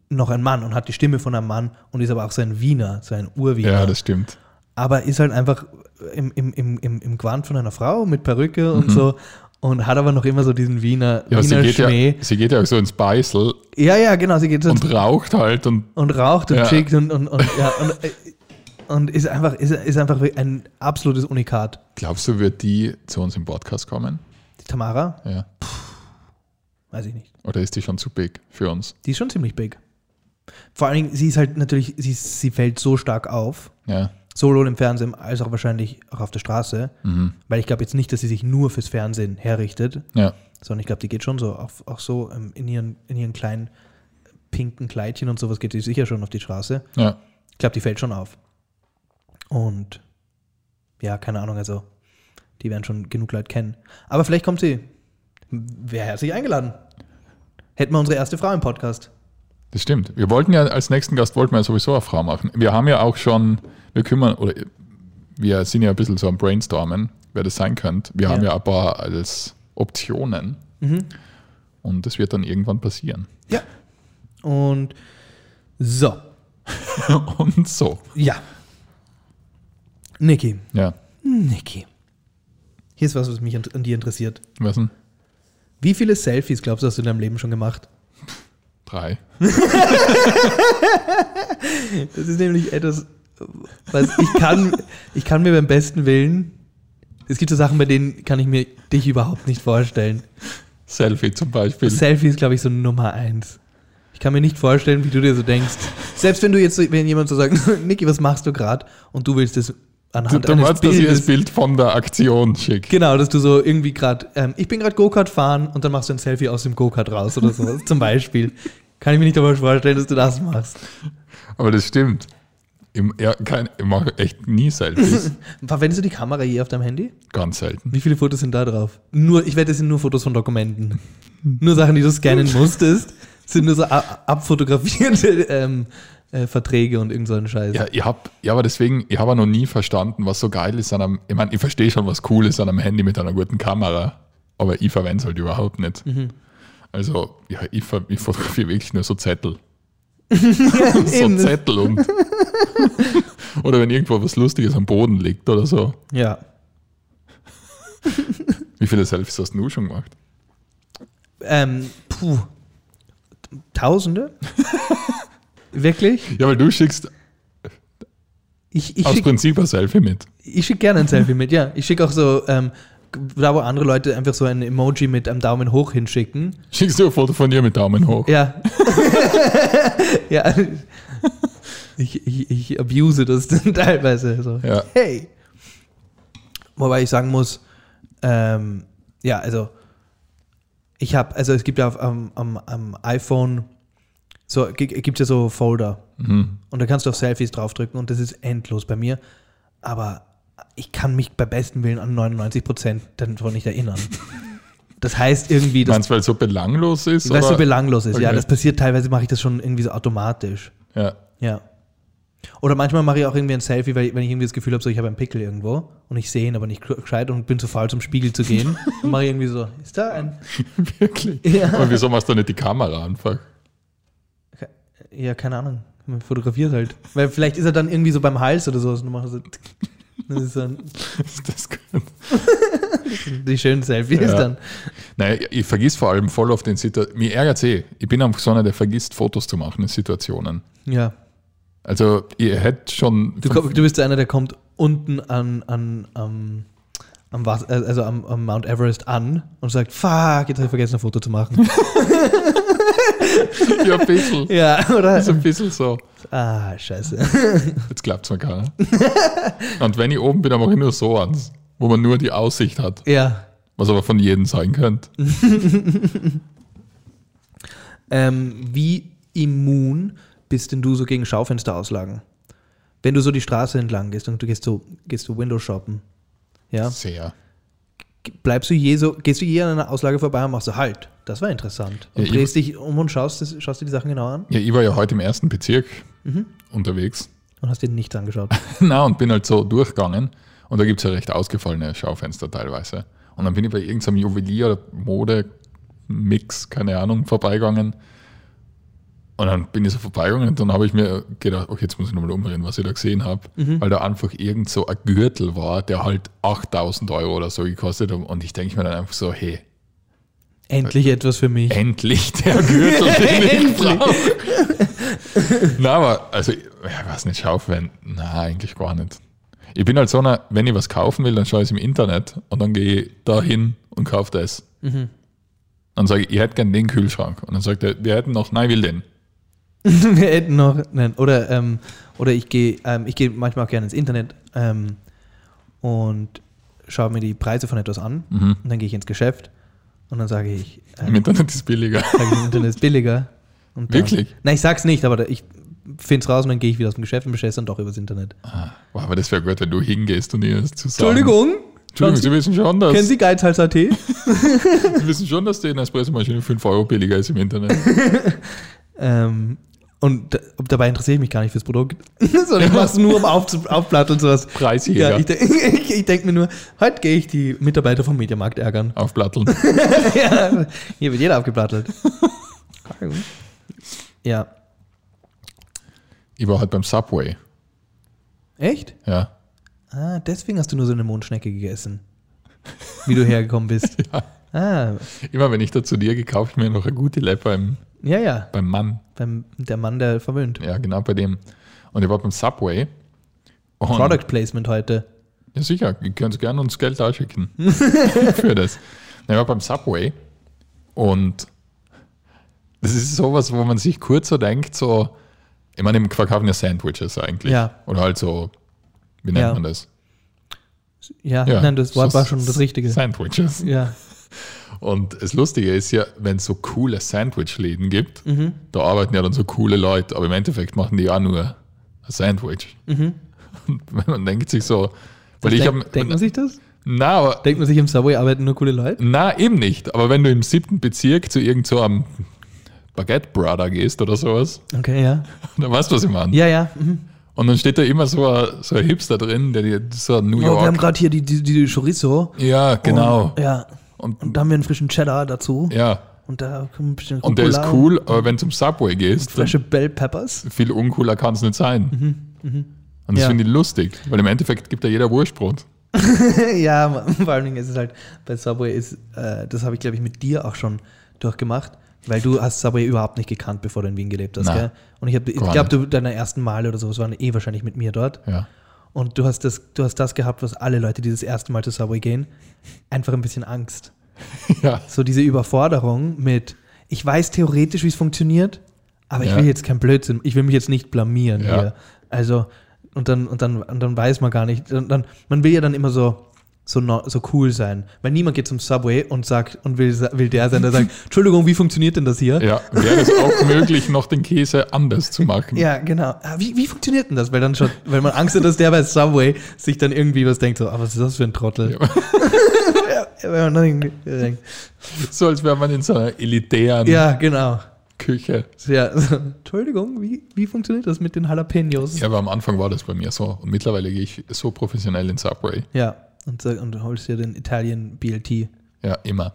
[SPEAKER 1] noch ein Mann und hat die Stimme von einem Mann und ist aber auch so ein Wiener, so ein Urwiener
[SPEAKER 2] Ja, das stimmt.
[SPEAKER 1] aber ist halt einfach im, im, im, im, im Gewand von einer Frau mit Perücke und so und hat aber noch immer so diesen Wiener,
[SPEAKER 2] Mhm. Ja, sie
[SPEAKER 1] Wiener
[SPEAKER 2] geht ja,
[SPEAKER 1] Schmäh.
[SPEAKER 2] sie geht ja so ins Beißel
[SPEAKER 1] Ja. ja, genau, sie geht so und,
[SPEAKER 2] und raucht halt und
[SPEAKER 1] raucht und
[SPEAKER 2] Ja.
[SPEAKER 1] schickt und, und, und, ja, und, äh, und ist, einfach, ist, ist einfach ein absolutes Unikat.
[SPEAKER 2] glaubst du, wird die zu uns im Podcast kommen?
[SPEAKER 1] Die Tamara,
[SPEAKER 2] Ja.
[SPEAKER 1] weiß ich nicht,
[SPEAKER 2] Oder ist die schon zu big für uns?
[SPEAKER 1] die ist schon ziemlich big. Vor allen Dingen, sie ist halt natürlich, sie, ist- sie fällt so stark auf,
[SPEAKER 2] Ja.
[SPEAKER 1] sowohl im Fernsehen als auch wahrscheinlich auch auf der Straße, weil ich glaube jetzt nicht, dass sie sich nur fürs Fernsehen herrichtet,
[SPEAKER 2] Ja.
[SPEAKER 1] sondern ich glaube, die geht schon so, auf, auch so ähm, in, ihren, in ihren kleinen äh, pinken Kleidchen und sowas geht sie sicher schon auf die Straße.
[SPEAKER 2] Ja.
[SPEAKER 1] Ich glaube, die fällt schon auf. Und ja, keine Ahnung, also die werden schon genug Leute kennen. Aber vielleicht kommt sie. Wäre herzlich eingeladen. Hätten wir unsere erste Frau im Podcast.
[SPEAKER 2] Das stimmt. Wir wollten ja als nächsten Gast wollten wir ja sowieso eine Frau machen. Wir haben ja auch schon, wir kümmern, oder wir sind ja ein bisschen so am Brainstormen, wer das sein könnte. Wir haben ja Mhm. ein paar als Optionen. Und das wird dann irgendwann passieren. <laughs>
[SPEAKER 1] Ja. Und so,
[SPEAKER 2] Und so.
[SPEAKER 1] ja. Niki,
[SPEAKER 2] Ja.
[SPEAKER 1] Niki. Hier ist was, was mich an, an dir interessiert.
[SPEAKER 2] Was denn?
[SPEAKER 1] Wie viele Selfies, glaubst du, hast du in deinem Leben schon gemacht?
[SPEAKER 2] Drei.
[SPEAKER 1] Das ist nämlich etwas, was ich kann, ich kann mir beim besten Willen, es gibt so Sachen, bei denen kann ich mir dich überhaupt nicht vorstellen.
[SPEAKER 2] Selfie zum Beispiel.
[SPEAKER 1] Selfie ist, glaube ich, so Nummer eins. Ich kann mir nicht vorstellen, wie du dir so denkst. Selbst wenn du jetzt, so- wenn jemand so sagt, <laughs> Niki, was machst du gerade? Und du willst das
[SPEAKER 2] du
[SPEAKER 1] anhand
[SPEAKER 2] du
[SPEAKER 1] eines
[SPEAKER 2] meinst, dass ich
[SPEAKER 1] Bildes.
[SPEAKER 2] das Bild von der Aktion schicke.
[SPEAKER 1] Genau, dass du so irgendwie gerade, ähm, ich bin gerade Go-Kart fahren und dann machst du ein Selfie aus dem Go-Kart raus oder so, <laughs> zum Beispiel. Kann ich mir nicht aber vorstellen, dass du das machst.
[SPEAKER 2] Aber das stimmt. Ich, ja, kein, ich mache echt nie <laughs> Selfies.
[SPEAKER 1] Verwendest du die Kamera je auf deinem Handy?
[SPEAKER 2] Ganz selten.
[SPEAKER 1] Wie viele Fotos sind da drauf? Nur, ich wette, es sind nur Fotos von Dokumenten. nur Sachen, die du scannen musstest, sind nur so a- abfotografierte <laughs> ähm, äh, Verträge und irgend so einen Scheiß.
[SPEAKER 2] Ja, ich hab, ja, aber deswegen, ich habe noch nie verstanden, was so geil ist an einem, ich meine, ich verstehe schon, was cool ist an einem Handy mit einer guten Kamera, aber ich verwende es halt überhaupt nicht.
[SPEAKER 1] Mhm.
[SPEAKER 2] Also, ja, ich, ver- ich fotografiere wirklich nur
[SPEAKER 1] <laughs>
[SPEAKER 2] so Zettel. so
[SPEAKER 1] Eben.
[SPEAKER 2] Zettel und. <laughs> oder wenn irgendwo was Lustiges am Boden liegt oder so.
[SPEAKER 1] ja.
[SPEAKER 2] Wie viele Selfies hast du schon gemacht?
[SPEAKER 1] Ähm, puh. <laughs> Tausende? Wirklich?
[SPEAKER 2] Ja, weil du schickst
[SPEAKER 1] Ich, ich
[SPEAKER 2] aus
[SPEAKER 1] schicke
[SPEAKER 2] Prinzip ein Selfie mit.
[SPEAKER 1] schick gerne ein Selfie mit, ja. Ich schicke auch so, ähm, da wo andere Leute einfach so ein Emoji mit einem Daumen hoch hinschicken.
[SPEAKER 2] Schickst du ein Foto von dir mit Daumen hoch?
[SPEAKER 1] Ja. <laughs> ja. Ich, ich, ich abuse das <laughs> dann teilweise. So.
[SPEAKER 2] Ja.
[SPEAKER 1] Hey. Wobei ich sagen muss, ähm, ja, also ich habe, also es gibt ja auf, am, am, am iPhone so gibt ja so Folder.
[SPEAKER 2] Mhm.
[SPEAKER 1] Und da kannst du auf Selfies draufdrücken und das ist endlos bei mir. Aber ich kann mich bei bestem Willen an 99 Prozent davon nicht
[SPEAKER 2] <laughs>
[SPEAKER 1] erinnern. Das heißt irgendwie, dass
[SPEAKER 2] Meinst du, weil es so belanglos ist?
[SPEAKER 1] weil es so
[SPEAKER 2] oder?
[SPEAKER 1] belanglos ist. Ja,
[SPEAKER 2] Okay.
[SPEAKER 1] das passiert teilweise, mache ich das schon irgendwie so automatisch.
[SPEAKER 2] ja.
[SPEAKER 1] Ja. Oder manchmal mache ich auch irgendwie ein Selfie, weil ich, wenn ich irgendwie das Gefühl habe, so ich habe einen Pickel irgendwo und ich sehe ihn aber nicht gescheit und bin zu faul zum Spiegel zu gehen, dann mache ich irgendwie so, ist da ein?
[SPEAKER 2] <laughs> Wirklich?
[SPEAKER 1] Ja.
[SPEAKER 2] Und wieso machst du nicht die
[SPEAKER 1] <laughs>
[SPEAKER 2] Kamera einfach?
[SPEAKER 1] Ja, keine Ahnung. Man fotografiert halt. Weil vielleicht ist er dann irgendwie so beim Hals oder sowas und du machst so. <laughs> tick. Das ist dann
[SPEAKER 2] Das kann-
[SPEAKER 1] die schönen Selfies
[SPEAKER 2] Ja.
[SPEAKER 1] dann.
[SPEAKER 2] naja, ich vergiss vor allem voll auf den Situationen. Mir ärgert eh. Ich bin einfach so einer, der vergisst, Fotos zu machen in Situationen.
[SPEAKER 1] Ja.
[SPEAKER 2] Also, ihr hättet schon.
[SPEAKER 1] Du, komm- du bist einer, der kommt unten an, an, am- am, Wasser, äh, also am, am Mount Everest an und sagt, fuck, jetzt habe ich vergessen, ein Foto zu machen.
[SPEAKER 2] <laughs> ja, ein bisschen.
[SPEAKER 1] ja, oder? Also,
[SPEAKER 2] Ist ein bisschen so.
[SPEAKER 1] Ah, scheiße.
[SPEAKER 2] Jetzt klappt es mir gar
[SPEAKER 1] <laughs>
[SPEAKER 2] nicht. Und wenn ich oben bin, dann mache ich nur so ans, wo man nur die Aussicht hat,
[SPEAKER 1] Ja.
[SPEAKER 2] was aber von jedem sein könnte.
[SPEAKER 1] Ähm, wie immun bist denn du so gegen Schaufensterauslagen? Wenn du so die Straße entlang gehst und du gehst so, gehst du Window shoppen, ja,
[SPEAKER 2] Sehr.
[SPEAKER 1] bleibst du je so, gehst du je an einer Auslage vorbei und machst so, halt, das war interessant. Und
[SPEAKER 2] Ja, ich-
[SPEAKER 1] drehst dich um und schaust, das, schaust dir die Sachen genau an
[SPEAKER 2] Ja, ich war ja heute im ersten Bezirk
[SPEAKER 1] Mhm.
[SPEAKER 2] unterwegs.
[SPEAKER 1] und hast dir nichts angeschaut.
[SPEAKER 2] <laughs> Na, und bin halt so durchgegangen. Und da gibt es ja recht ausgefallene Schaufenster teilweise. Und dann bin ich bei irgendeinem Juwelier oder Mode-Mix, keine Ahnung, vorbeigegangen. Und dann bin ich so vorbeigegangen und dann habe ich mir gedacht, okay, jetzt muss ich nochmal umdrehen, was ich da gesehen habe. Weil da einfach irgend so ein Gürtel war, der halt 8000 Euro oder so gekostet hat. Und ich denke mir dann einfach so, hey,
[SPEAKER 1] Endlich etwas für mich.
[SPEAKER 2] endlich der Gürtel,
[SPEAKER 1] <laughs>
[SPEAKER 2] den ich
[SPEAKER 1] Endlich.
[SPEAKER 2] brauche. Na, aber, also, ich ja, weiß nicht, Schaufenster, na, eigentlich gar nicht. Ich bin halt so einer, wenn ich was kaufen will, dann schaue ich es im Internet und dann gehe ich da hin und kaufe das.
[SPEAKER 1] Mhm.
[SPEAKER 2] Dann sage ich, ich hätte gern den Kühlschrank. Und dann sagt er, wir hätten noch, nein, ich will den.
[SPEAKER 1] <laughs> Wir hätten noch, nein, oder, ähm, oder ich gehe ähm, ich gehe manchmal auch gerne ins Internet ähm, und schaue mir die Preise von etwas an
[SPEAKER 2] Mhm.
[SPEAKER 1] und dann gehe ich ins Geschäft und dann sage ich, ähm,
[SPEAKER 2] Im Internet ist billiger.
[SPEAKER 1] sage ich, das Internet ist billiger. Und dann,
[SPEAKER 2] Wirklich?
[SPEAKER 1] Nein, ich sag's nicht, aber da- ich find's raus und dann gehe ich wieder aus dem Geschäft und bestelle es dann doch übers Internet.
[SPEAKER 2] Wow, Ah, aber das wäre gut, wenn du hingehst und ihr das zusammen.
[SPEAKER 1] Entschuldigung,
[SPEAKER 2] Entschuldigung, Sie wissen schon, dass,
[SPEAKER 1] kennen Sie Geizhals.at?
[SPEAKER 2] Sie wissen schon, dass die Espressomaschine 5 Euro billiger ist im Internet.
[SPEAKER 1] ähm, und d- dabei interessiere ich mich gar nicht fürs Produkt, <laughs> sondern ich mach's nur um auf, aufblatt und sowas.
[SPEAKER 2] Preisjäger.
[SPEAKER 1] Ja, ich, de <laughs> ich, ich denke mir nur, heute gehe ich die Mitarbeiter vom Mediamarkt
[SPEAKER 2] <laughs>
[SPEAKER 1] ärgern.
[SPEAKER 2] Aufplatteln.
[SPEAKER 1] ja, hier wird jeder abgeplattelt. ja.
[SPEAKER 2] Ich war halt beim Subway.
[SPEAKER 1] Echt?
[SPEAKER 2] Ja.
[SPEAKER 1] Ah, deswegen hast du nur so eine Mondschnecke gegessen. Wie du hergekommen bist. Ah,
[SPEAKER 2] Immer wenn ich da zu dir gehe, kaufe ich mir noch eine gute Leppe beim,
[SPEAKER 1] ja, ja.
[SPEAKER 2] beim Mann.
[SPEAKER 1] Beim, der Mann, der verwöhnt.
[SPEAKER 2] Ja, genau bei dem. Und ich war beim Subway. Und
[SPEAKER 1] Product Placement heute.
[SPEAKER 2] Ja, sicher. Ihr könnt gerne uns Geld
[SPEAKER 1] <laughs>
[SPEAKER 2] da schicken. für das. Ich war beim Subway und das ist sowas, wo man sich kurz so denkt, so, ich meine, im verkaufen ja Sandwiches eigentlich.
[SPEAKER 1] Ja.
[SPEAKER 2] Oder halt so, wie nennt
[SPEAKER 1] Ja.
[SPEAKER 2] man das?
[SPEAKER 1] Ja, nein, das Wort
[SPEAKER 2] so
[SPEAKER 1] war schon das Richtige.
[SPEAKER 2] Sandwiches.
[SPEAKER 1] Ja.
[SPEAKER 2] Und das Lustige ist ja, wenn es so coole Sandwich-Läden gibt, da arbeiten ja dann so coole Leute, aber im Endeffekt machen die ja nur ein Sandwich. Und <laughs> wenn man denkt sich so, weil ich habe.
[SPEAKER 1] Mhm. Denk, denkt man sich das?
[SPEAKER 2] Na, aber,
[SPEAKER 1] Denkt man sich, im Subway arbeiten nur coole Leute?
[SPEAKER 2] na, eben nicht. Aber wenn du im siebten Bezirk zu irgendeinem so einem Baguette Brother gehst oder sowas, <laughs>
[SPEAKER 1] Okay, ja.
[SPEAKER 2] dann weißt du, was ich meine.
[SPEAKER 1] Ja, ja. Mhm.
[SPEAKER 2] Und dann steht da immer so ein, so ein Hipster drin, der dir so ein New
[SPEAKER 1] Oh, wir haben
[SPEAKER 2] York.
[SPEAKER 1] gerade hier die, die, die Chorizo.
[SPEAKER 2] ja, genau.
[SPEAKER 1] Und, ja.
[SPEAKER 2] Und-
[SPEAKER 1] Und da haben wir einen frischen Cheddar dazu.
[SPEAKER 2] ja.
[SPEAKER 1] Und da kommt ein bisschen
[SPEAKER 2] Und der ist
[SPEAKER 1] Rucola
[SPEAKER 2] cool, aber wenn du zum Subway gehst, dann
[SPEAKER 1] Frische Bell Peppers.
[SPEAKER 2] viel uncooler kann es nicht sein. Und das
[SPEAKER 1] Mhm, Ja.
[SPEAKER 2] finde ich lustig, weil im Endeffekt gibt ja jeder Wurstbrot.
[SPEAKER 1] ja, man, vor allen Dingen ist es halt, bei Subway ist, äh, das habe ich glaube ich mit dir auch schon durchgemacht, weil du hast Subway überhaupt nicht gekannt, bevor du in Wien gelebt hast,
[SPEAKER 2] Na,
[SPEAKER 1] gell? Und ich, hab- ich
[SPEAKER 2] gar
[SPEAKER 1] glaube, du deine ersten Male oder sowas waren eh wahrscheinlich mit mir dort.
[SPEAKER 2] Ja. <laughs>
[SPEAKER 1] Und du hast das, du hast das gehabt, was alle Leute, die das erste Mal zu Subway gehen, einfach ein bisschen Angst.
[SPEAKER 2] ja.
[SPEAKER 1] So diese Überforderung mit, ich weiß theoretisch, wie es funktioniert, aber ich
[SPEAKER 2] Ja.
[SPEAKER 1] will jetzt kein Blödsinn, ich will mich jetzt nicht blamieren
[SPEAKER 2] Ja.
[SPEAKER 1] hier. Also, und dann, und dann, und dann weiß man gar nicht. Und dann, man will ja dann immer so, so, no, so cool sein. Weil niemand geht zum Subway und sagt und will, sa- will der sein, der
[SPEAKER 2] <laughs>
[SPEAKER 1] sagt, Entschuldigung, wie funktioniert denn das hier?
[SPEAKER 2] Ja, wäre es auch möglich, noch den Käse anders zu machen.
[SPEAKER 1] Ja, genau. Ah, Wie, wie funktioniert denn das? Weil dann schon, weil man Angst hat, dass der bei Subway sich dann irgendwie was denkt, so, ah, was ist das für ein Trottel?
[SPEAKER 2] Ja.
[SPEAKER 1] <laughs> Ja, wenn man dann irgendwie denkt.
[SPEAKER 2] So als wäre man in so einer elitären
[SPEAKER 1] ja genau.
[SPEAKER 2] Küche.
[SPEAKER 1] Ja. <laughs> Entschuldigung, wie, wie funktioniert das mit den Jalapenos?
[SPEAKER 2] Ja, aber am Anfang war das bei mir so. Und mittlerweile gehe ich so professionell in Subway.
[SPEAKER 1] Ja, und, sag- und holst dir den Italien BLT.
[SPEAKER 2] Ja, immer.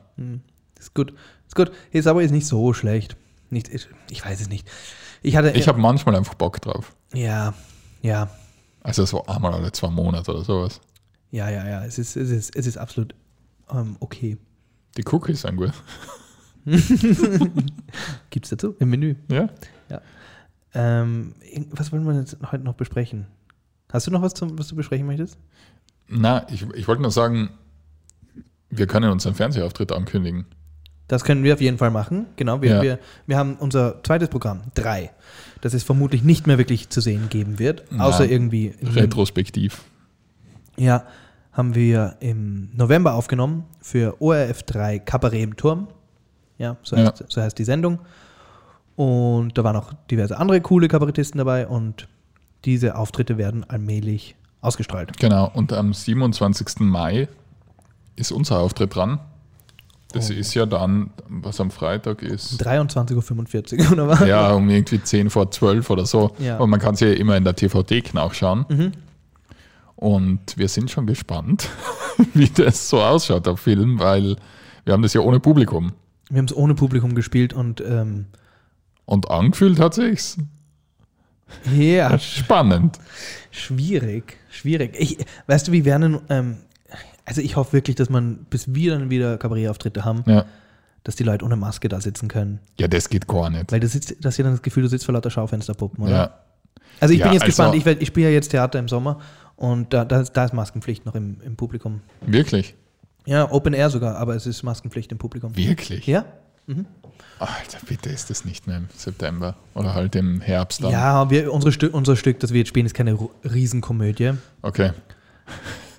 [SPEAKER 1] Ist gut. Ist gut. Hey, Subway ist nicht so schlecht. Nicht, ich, ich weiß es nicht. Ich hatte.
[SPEAKER 2] Ich habe manchmal einfach Bock drauf.
[SPEAKER 1] ja, ja,
[SPEAKER 2] Also so einmal alle zwei Monate oder sowas.
[SPEAKER 1] ja, ja, ja. Es ist, es ist, es ist absolut ähm,
[SPEAKER 2] <laughs>
[SPEAKER 1] okay.
[SPEAKER 2] Die Cookies sind gut.
[SPEAKER 1] Gibt's dazu im Menü.
[SPEAKER 2] Ja?
[SPEAKER 1] Ähm, irgend- was wollen wir jetzt heute noch besprechen? Hast du noch was, zum, was du besprechen möchtest?
[SPEAKER 2] Na, ich, ich wollte nur sagen, wir können unseren Fernsehauftritt ankündigen.
[SPEAKER 1] Mhm. Das können wir auf jeden Fall machen. Genau, wir,
[SPEAKER 2] Ja.
[SPEAKER 1] wir, wir haben unser zweites Programm, drei, das es vermutlich nicht mehr wirklich zu sehen geben wird,
[SPEAKER 2] Nein.
[SPEAKER 1] außer irgendwie in einem-
[SPEAKER 2] Retrospektiv.
[SPEAKER 1] Ja, haben wir im November aufgenommen für ORF3 Kabarett im Turm. Ja, so
[SPEAKER 2] Ja.
[SPEAKER 1] heißt, So heißt die Sendung. Und da waren auch diverse andere coole Kabarettisten dabei und diese Auftritte werden allmählich ausgestrahlt.
[SPEAKER 2] Genau, und am 27. Mai ist unser Auftritt dran.
[SPEAKER 1] Oh.
[SPEAKER 2] Das ist ja dann, was am Freitag ist.
[SPEAKER 1] 23.45 Uhr, <laughs> oder was?
[SPEAKER 2] <laughs> Ja, um irgendwie 10 vor 12 oder so.
[SPEAKER 1] Ja. Mhm.
[SPEAKER 2] Und man kann sie ja immer in der TVT nachschauen. Und wir sind schon gespannt, <laughs> wie das so ausschaut, der Film, weil wir haben das ja ohne Publikum.
[SPEAKER 1] Wir haben es ohne Publikum gespielt und ähm,
[SPEAKER 2] Und angefühlt hat sich's.
[SPEAKER 1] ja,
[SPEAKER 2] Spannend.
[SPEAKER 1] Schwierig, schwierig. Ich, weißt du, wie werden, ähm, also ich hoffe wirklich, dass man, bis wir dann wieder Kabarettauftritte haben,
[SPEAKER 2] Ja.
[SPEAKER 1] dass die Leute ohne Maske da sitzen können.
[SPEAKER 2] ja, das geht gar nicht.
[SPEAKER 1] Weil du sitzt, dass ihr dann das Gefühl, du sitzt vor lauter Schaufensterpuppen, oder?
[SPEAKER 2] Ja.
[SPEAKER 1] Also ich
[SPEAKER 2] Ja,
[SPEAKER 1] bin jetzt
[SPEAKER 2] also-
[SPEAKER 1] gespannt, ich, werd- ich spiele ja jetzt Theater im Sommer und da, da, ist- da ist Maskenpflicht noch im, im Publikum.
[SPEAKER 2] Wirklich?
[SPEAKER 1] Ja, Open Air sogar, aber es ist Maskenpflicht im Publikum.
[SPEAKER 2] Wirklich?
[SPEAKER 1] Ja?
[SPEAKER 2] Alter, bitte ist das nicht mehr im September oder halt im Herbst dann.
[SPEAKER 1] Ja, wir, unsere Stü unser Stück, das wir jetzt spielen, ist keine Ru- Riesenkomödie.
[SPEAKER 2] Okay.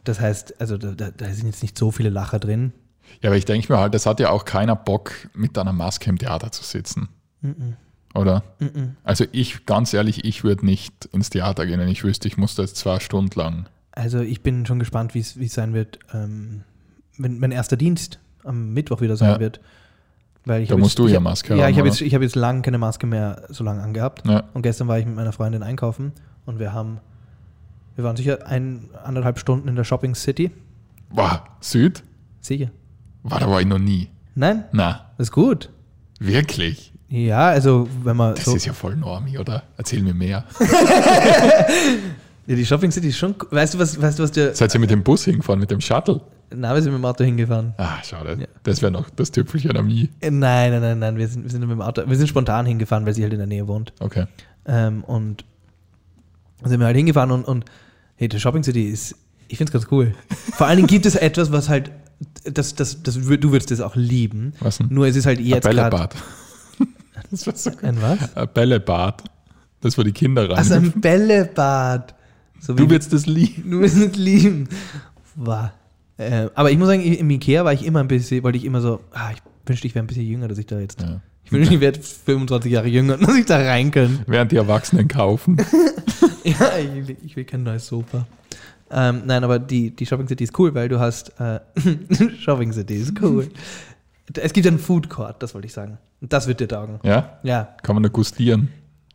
[SPEAKER 1] Das heißt, also da, da, da sind jetzt nicht so viele Lacher drin.
[SPEAKER 2] Ja, aber ich denke mir halt, das hat ja auch keiner Bock, mit einer Maske im Theater zu sitzen. Oder? Also ich, ganz ehrlich, ich würde nicht ins Theater gehen, wenn ich wüsste, ich muss da jetzt zwei Stunden lang.
[SPEAKER 1] Also ich bin schon gespannt, wie es wie es sein wird, ähm, wenn mein erster Dienst am Mittwoch wieder sein
[SPEAKER 2] Ja.
[SPEAKER 1] wird. Weil ich
[SPEAKER 2] Da
[SPEAKER 1] hab
[SPEAKER 2] musst
[SPEAKER 1] jetzt,
[SPEAKER 2] du
[SPEAKER 1] ich
[SPEAKER 2] ja
[SPEAKER 1] hab-
[SPEAKER 2] Maske
[SPEAKER 1] Ja,
[SPEAKER 2] haben,
[SPEAKER 1] ich habe
[SPEAKER 2] oder?
[SPEAKER 1] jetzt, ich hab jetzt lange keine Maske mehr so lange angehabt.
[SPEAKER 2] Ja.
[SPEAKER 1] Und gestern war ich mit meiner Freundin einkaufen und wir haben, wir waren sicher ein, anderthalb Stunden in der Shopping City.
[SPEAKER 2] Wow, Süd?
[SPEAKER 1] Sicher.
[SPEAKER 2] War da war ich noch nie.
[SPEAKER 1] Nein,
[SPEAKER 2] Na,
[SPEAKER 1] das ist gut.
[SPEAKER 2] wirklich?
[SPEAKER 1] Ja, also wenn man
[SPEAKER 2] Das
[SPEAKER 1] so.
[SPEAKER 2] ist ja voll normi, oder? Erzähl mir mehr.
[SPEAKER 1] Ja, die Shopping City ist schon. Weißt du, was, weißt du, was der.
[SPEAKER 2] Seid ihr mit dem Bus hingefahren, mit dem Shuttle?
[SPEAKER 1] Na, wir sind mit dem Auto hingefahren.
[SPEAKER 2] Ah, schade.
[SPEAKER 1] Ja.
[SPEAKER 2] Das wäre noch das Tüpfelchen am I.
[SPEAKER 1] Äh, Nein, nein, nein, nein. Wir sind, wir sind mit dem Auto. Wir sind spontan hingefahren, weil sie halt in der Nähe wohnt.
[SPEAKER 2] Okay.
[SPEAKER 1] Ähm, und dann sind wir halt hingefahren und, und hey, die Shopping City ist, ich finde es ganz cool. Vor allen Dingen gibt es etwas, was halt, das, das, das, wür- du würdest es auch lieben.
[SPEAKER 2] Was denn?
[SPEAKER 1] Nur es ist halt jetzt gerade
[SPEAKER 2] Bällebad. <laughs> das war so gut.
[SPEAKER 1] ein was?
[SPEAKER 2] Ein Bällebad. Das war die Kinder rein.
[SPEAKER 1] Also ein Bällebad. So
[SPEAKER 2] du
[SPEAKER 1] wie-
[SPEAKER 2] wirst das lieben.
[SPEAKER 1] du wirst es lieben. Wow. Äh, aber ich muss sagen, im Ikea war ich immer ein bisschen, wollte ich immer so, ah, ich wünschte, ich wäre ein bisschen jünger, dass ich da jetzt,
[SPEAKER 2] Ja.
[SPEAKER 1] ich wünschte, ich wäre 25 Jahre jünger, <laughs> dass ich da rein kann.
[SPEAKER 2] Während die
[SPEAKER 1] <laughs>
[SPEAKER 2] Erwachsenen kaufen.
[SPEAKER 1] Ja, ich will, ich will kein neues Sofa. Ähm, nein, aber die, die Shopping City ist cool, weil du hast. Äh, <laughs> Shopping City ist cool. Es gibt einen Food Court, das wollte ich sagen. Und Das wird dir taugen.
[SPEAKER 2] ja?
[SPEAKER 1] Ja,
[SPEAKER 2] Kann man da gustieren.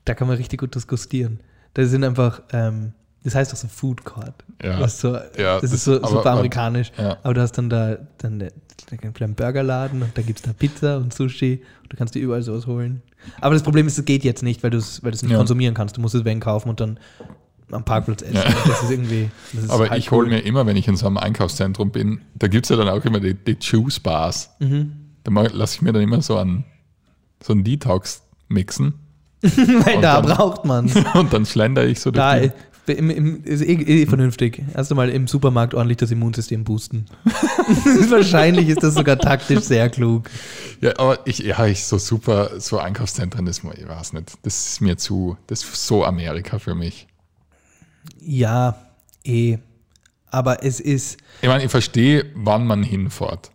[SPEAKER 1] da kann man richtig gut diskutieren. Da sind einfach. Ähm, das heißt doch so Food Court.
[SPEAKER 2] Ja.
[SPEAKER 1] Was so,
[SPEAKER 2] Ja,
[SPEAKER 1] das, ist
[SPEAKER 2] das-
[SPEAKER 1] so
[SPEAKER 2] aber-
[SPEAKER 1] super
[SPEAKER 2] aber-
[SPEAKER 1] amerikanisch.
[SPEAKER 2] ja.
[SPEAKER 1] Aber du hast dann da dann da einen kleinen Burgerladen und da gibt es da Pizza und Sushi. Und du kannst dir überall sowas holen. Aber das Problem ist, es geht jetzt nicht, weil du es weil du's nicht
[SPEAKER 2] Ja.
[SPEAKER 1] konsumieren kannst. Du musst es wenn kaufen und dann am Parkplatz essen. Das ist irgendwie. Das ist
[SPEAKER 2] Aber
[SPEAKER 1] halt
[SPEAKER 2] ich hole
[SPEAKER 1] cool.
[SPEAKER 2] mir immer, wenn ich in so einem Einkaufszentrum bin, da gibt es ja dann auch immer die, die Juice Bars.
[SPEAKER 1] Mhm.
[SPEAKER 2] Da lasse ich mir dann immer so einen, so einen Detox mixen <laughs>
[SPEAKER 1] Weil
[SPEAKER 2] und
[SPEAKER 1] da
[SPEAKER 2] dann-
[SPEAKER 1] braucht man
[SPEAKER 2] und dann schlender ich so durch
[SPEAKER 1] Da
[SPEAKER 2] die.
[SPEAKER 1] äh, im, im, ist eh, eh vernünftig. Erst einmal im Supermarkt ordentlich das Immunsystem boosten. <laughs> Wahrscheinlich ist das sogar taktisch sehr klug.
[SPEAKER 2] Ja, aber ich, ja, ich so super, so Einkaufszentren, das ich weiß nicht. Das ist mir zu, das ist so Amerika für mich.
[SPEAKER 1] Ja, eh. aber es ist,
[SPEAKER 2] Ich meine, ich verstehe, wann man hinfährt.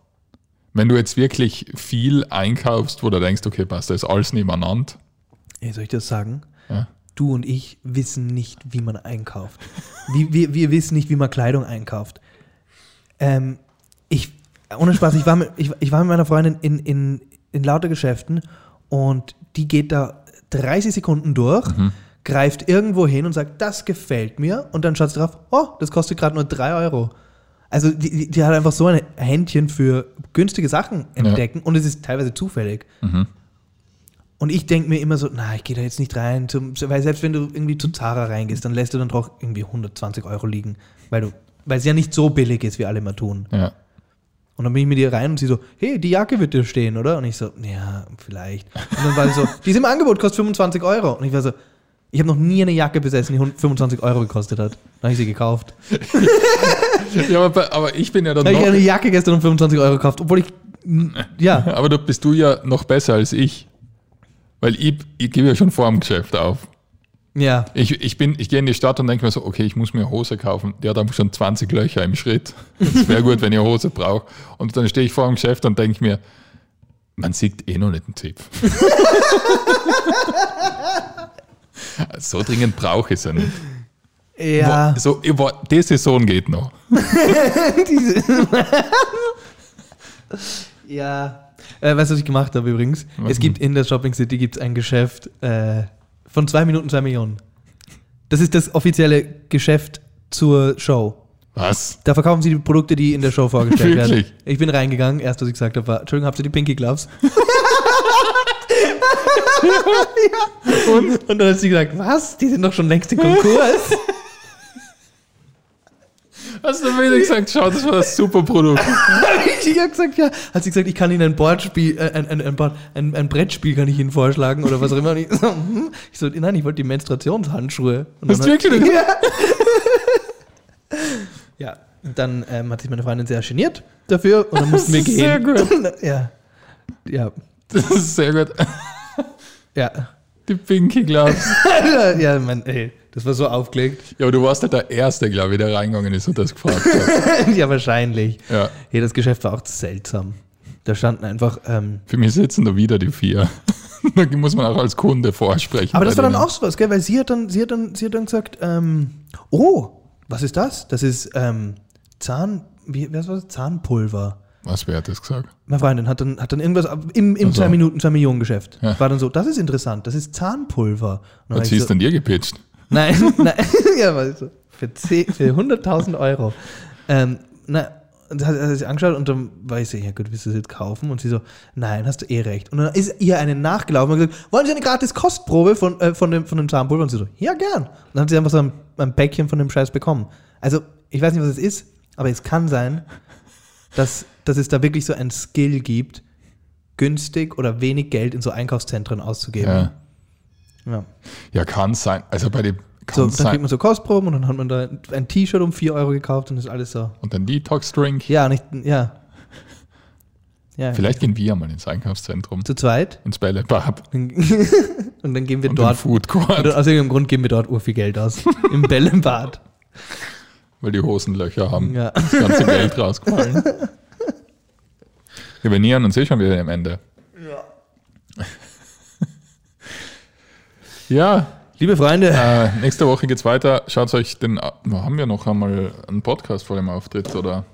[SPEAKER 2] Wenn du jetzt wirklich viel einkaufst, wo du denkst, okay, passt, da ist alles nebeneinander.
[SPEAKER 1] Ey, soll ich das sagen?
[SPEAKER 2] Ja.
[SPEAKER 1] Du und ich wissen nicht, wie man einkauft. wie, wir, wir wissen nicht, wie man Kleidung einkauft. Ähm, ich, ohne Spaß, ich war mit, ich, ich war mit meiner Freundin in, in, in lauter Geschäften und die geht da 30 Sekunden durch, greift irgendwo hin und sagt, das gefällt mir. Und dann schaut sie drauf, oh, das kostet gerade nur 3 Euro. Also die, die, die hat einfach so ein Händchen für günstige Sachen entdecken und es ist teilweise zufällig. Und ich denke mir immer so, na, ich gehe da jetzt nicht rein, zum, weil selbst wenn du irgendwie zu Zara reingehst, dann lässt du dann doch irgendwie 120 Euro liegen, weil du, weil es ja nicht so billig ist, wie alle immer tun.
[SPEAKER 2] Ja.
[SPEAKER 1] Und dann bin ich mit ihr rein und sie so, hey, die Jacke wird dir stehen, oder? Und ich so, ja, vielleicht. Und dann war
[SPEAKER 2] <laughs>
[SPEAKER 1] sie so, die ist im Angebot, kostet 25 Euro. Und ich war so, ich habe noch nie eine Jacke besessen, die 100 25 Euro gekostet hat. Dann habe ich sie gekauft.
[SPEAKER 2] ja aber, bei- aber ich bin ja dann
[SPEAKER 1] Dann habe ich eine
[SPEAKER 2] noch,
[SPEAKER 1] Jacke gestern um 25 Euro gekauft, obwohl ich, m, ja,
[SPEAKER 2] aber da bist du ja noch besser als ich. Weil ich, ich gebe ja schon vor dem Geschäft auf.
[SPEAKER 1] ja.
[SPEAKER 2] Ich, ich, bin, ich gehe in die Stadt und denke mir so, okay, ich muss mir Hose kaufen. Die hat einfach schon 20 Löcher im Schritt. Das wäre gut, wenn ihr Hose braucht. Und dann stehe ich vor dem Geschäft und denke mir, man sieht eh noch nicht den Zipf. <laughs> so dringend brauche ich es ja nicht.
[SPEAKER 1] Ja.
[SPEAKER 2] Wo- So, ich war- die Saison geht noch.
[SPEAKER 1] <laughs> Ja. Äh, weißt du, was ich gemacht habe übrigens? Es gibt in der Shopping City gibt's ein Geschäft äh, von zwei Minuten zwei Millionen. Das ist das offizielle Geschäft zur Show.
[SPEAKER 2] Was?
[SPEAKER 1] Da verkaufen sie die Produkte, die in der Show vorgestellt werden.
[SPEAKER 2] Wirklich?
[SPEAKER 1] Ich bin reingegangen, erst was ich gesagt habe, war, Entschuldigung, habt ihr die Pinky <laughs> Gloves? ja. Und? Und dann hat sie gesagt, was? Die sind doch schon längst im Konkurs.
[SPEAKER 2] Hast du wieder gesagt, schau, das war das super Produkt.
[SPEAKER 1] <laughs> ich habe gesagt, ja. Hat sie gesagt, ich kann Ihnen ein Boardspiel, äh, ein, ein, ein, Board, ein, ein Brettspiel kann ich Ihnen vorschlagen oder was auch immer. Und ich, so, hm. ich so, nein, ich wollte die Menstruationshandschuhe. Und
[SPEAKER 2] Hast
[SPEAKER 1] dann
[SPEAKER 2] du
[SPEAKER 1] hat,
[SPEAKER 2] wirklich nicht?
[SPEAKER 1] <laughs> ja, und dann ähm, hat sich meine Freundin sehr geniert dafür und dann mussten wir
[SPEAKER 2] Das ist
[SPEAKER 1] gehen.
[SPEAKER 2] <laughs> sehr gut.
[SPEAKER 1] <laughs> ja. Ja.
[SPEAKER 2] Das ist sehr gut.
[SPEAKER 1] Ja. <laughs>
[SPEAKER 2] Die Pinky Gloves.
[SPEAKER 1] ja, man, ey, das war so aufgelegt. <laughs>
[SPEAKER 2] Ja, aber du warst halt der Erste, glaube ich, der reingegangen ist und das gefragt hat.
[SPEAKER 1] ja, wahrscheinlich.
[SPEAKER 2] Ja.
[SPEAKER 1] Hey, das Geschäft war auch seltsam. Da standen einfach. Ähm,
[SPEAKER 2] Für mich sitzen da wieder die vier. <laughs> da muss man auch als Kunde vorsprechen.
[SPEAKER 1] Aber das
[SPEAKER 2] bei
[SPEAKER 1] war dann
[SPEAKER 2] denen.
[SPEAKER 1] auch sowas, gell? Weil sie hat dann, sie hat dann, sie hat dann gesagt, ähm, oh, was ist das? Das ist ähm, Zahn, wie, was war das? Zahnpulver.
[SPEAKER 2] Was, wer hat das gesagt?
[SPEAKER 1] Meine Freundin hat dann, hat dann irgendwas ab- im, im
[SPEAKER 2] Ach so.
[SPEAKER 1] zwei Minuten, zwei Millionen Geschäft.
[SPEAKER 2] Ja.
[SPEAKER 1] War dann so, das ist interessant, das ist Zahnpulver. Und dann war
[SPEAKER 2] Hat sie
[SPEAKER 1] ich
[SPEAKER 2] es
[SPEAKER 1] so,
[SPEAKER 2] dann dir gepitcht?
[SPEAKER 1] <laughs> nein, nein, ja, war ich so, für, 10 für 100.000 Euro. Ähm, na, und hat, hat sie angeschaut und dann war ich so, ja gut, willst du das jetzt kaufen? Und sie so, nein, hast du eh recht. Und dann ist ihr eine nachgelaufen und gesagt, wollen Sie eine gratis Kostprobe von, äh, von, dem, von dem Zahnpulver? Und sie so, ja, gern. Und dann hat sie einfach so ein, ein Päckchen von dem Scheiß bekommen. Also, ich weiß nicht, was es ist, aber es kann sein, dass, dass es da wirklich so ein Skill gibt, günstig oder wenig Geld in so Einkaufszentren auszugeben.
[SPEAKER 2] Ja.
[SPEAKER 1] ja.
[SPEAKER 2] ja, kann sein. Also bei dem
[SPEAKER 1] So,
[SPEAKER 2] kann
[SPEAKER 1] dann kriegt
[SPEAKER 2] sein.
[SPEAKER 1] man so Kostproben und dann hat man da ein T-Shirt um 4 Euro gekauft und ist alles so.
[SPEAKER 2] Und dann Detox-Drink.
[SPEAKER 1] Ja, nicht, ja. Ja,
[SPEAKER 2] Vielleicht gehen wir mal ins Einkaufszentrum,
[SPEAKER 1] zu zweit.
[SPEAKER 2] ins Bälle Pub
[SPEAKER 1] Dann- <laughs> und dann geben wir
[SPEAKER 2] und den
[SPEAKER 1] dort,
[SPEAKER 2] Food
[SPEAKER 1] oder
[SPEAKER 2] Court,
[SPEAKER 1] aus irgendeinem Grund geben wir dort ur viel Geld aus. Im Bellenbad.
[SPEAKER 2] weil die Hosenlöcher haben.
[SPEAKER 1] Ja.
[SPEAKER 2] Das ganze Geld
[SPEAKER 1] <laughs>
[SPEAKER 2] rausgefallen. Ja, wir nähern uns eh schon wieder dem Ende. Ja.
[SPEAKER 1] Liebe Freunde,
[SPEAKER 2] Äh, nächste Woche geht's weiter. Schaut euch den. a- Haben wir noch einmal einen Podcast vor dem Auftritt oder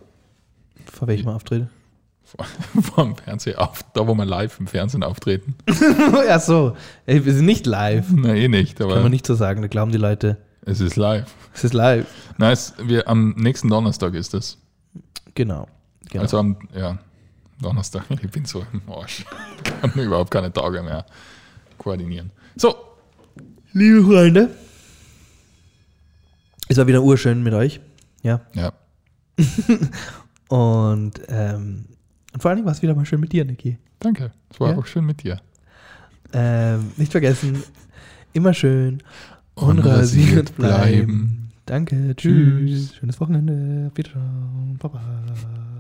[SPEAKER 1] vor welchem Auftritt? <laughs>
[SPEAKER 2] vor, <laughs> vor dem Fernsehen auf? Da, wo wir live im Fernsehen auftreten? <laughs>
[SPEAKER 1] Ach so, ey, wir sind nicht live.
[SPEAKER 2] Na, eh nicht,
[SPEAKER 1] Kann
[SPEAKER 2] aber
[SPEAKER 1] man nicht so sagen, da glauben die Leute.
[SPEAKER 2] es ist live.
[SPEAKER 1] Es ist live.
[SPEAKER 2] Nice, wir, am nächsten Donnerstag ist es.
[SPEAKER 1] Genau. genau.
[SPEAKER 2] Also am. Ja, Donnerstag. <laughs> Ich bin so im Arsch. <laughs> Kann überhaupt keine Tage mehr koordinieren. So,
[SPEAKER 1] Liebe Freunde, es war wieder urschön mit euch. Ja.
[SPEAKER 2] ja.
[SPEAKER 1] <laughs> Und, ähm, und vor allen Dingen war es wieder mal schön mit dir, Niki.
[SPEAKER 2] Danke. Es war
[SPEAKER 1] Ja.
[SPEAKER 2] auch schön mit dir.
[SPEAKER 1] Ähm, nicht vergessen, immer schön unrasiert bleiben. Danke, tschüss. Schönes Wochenende. Auf Wiedersehen. Baba.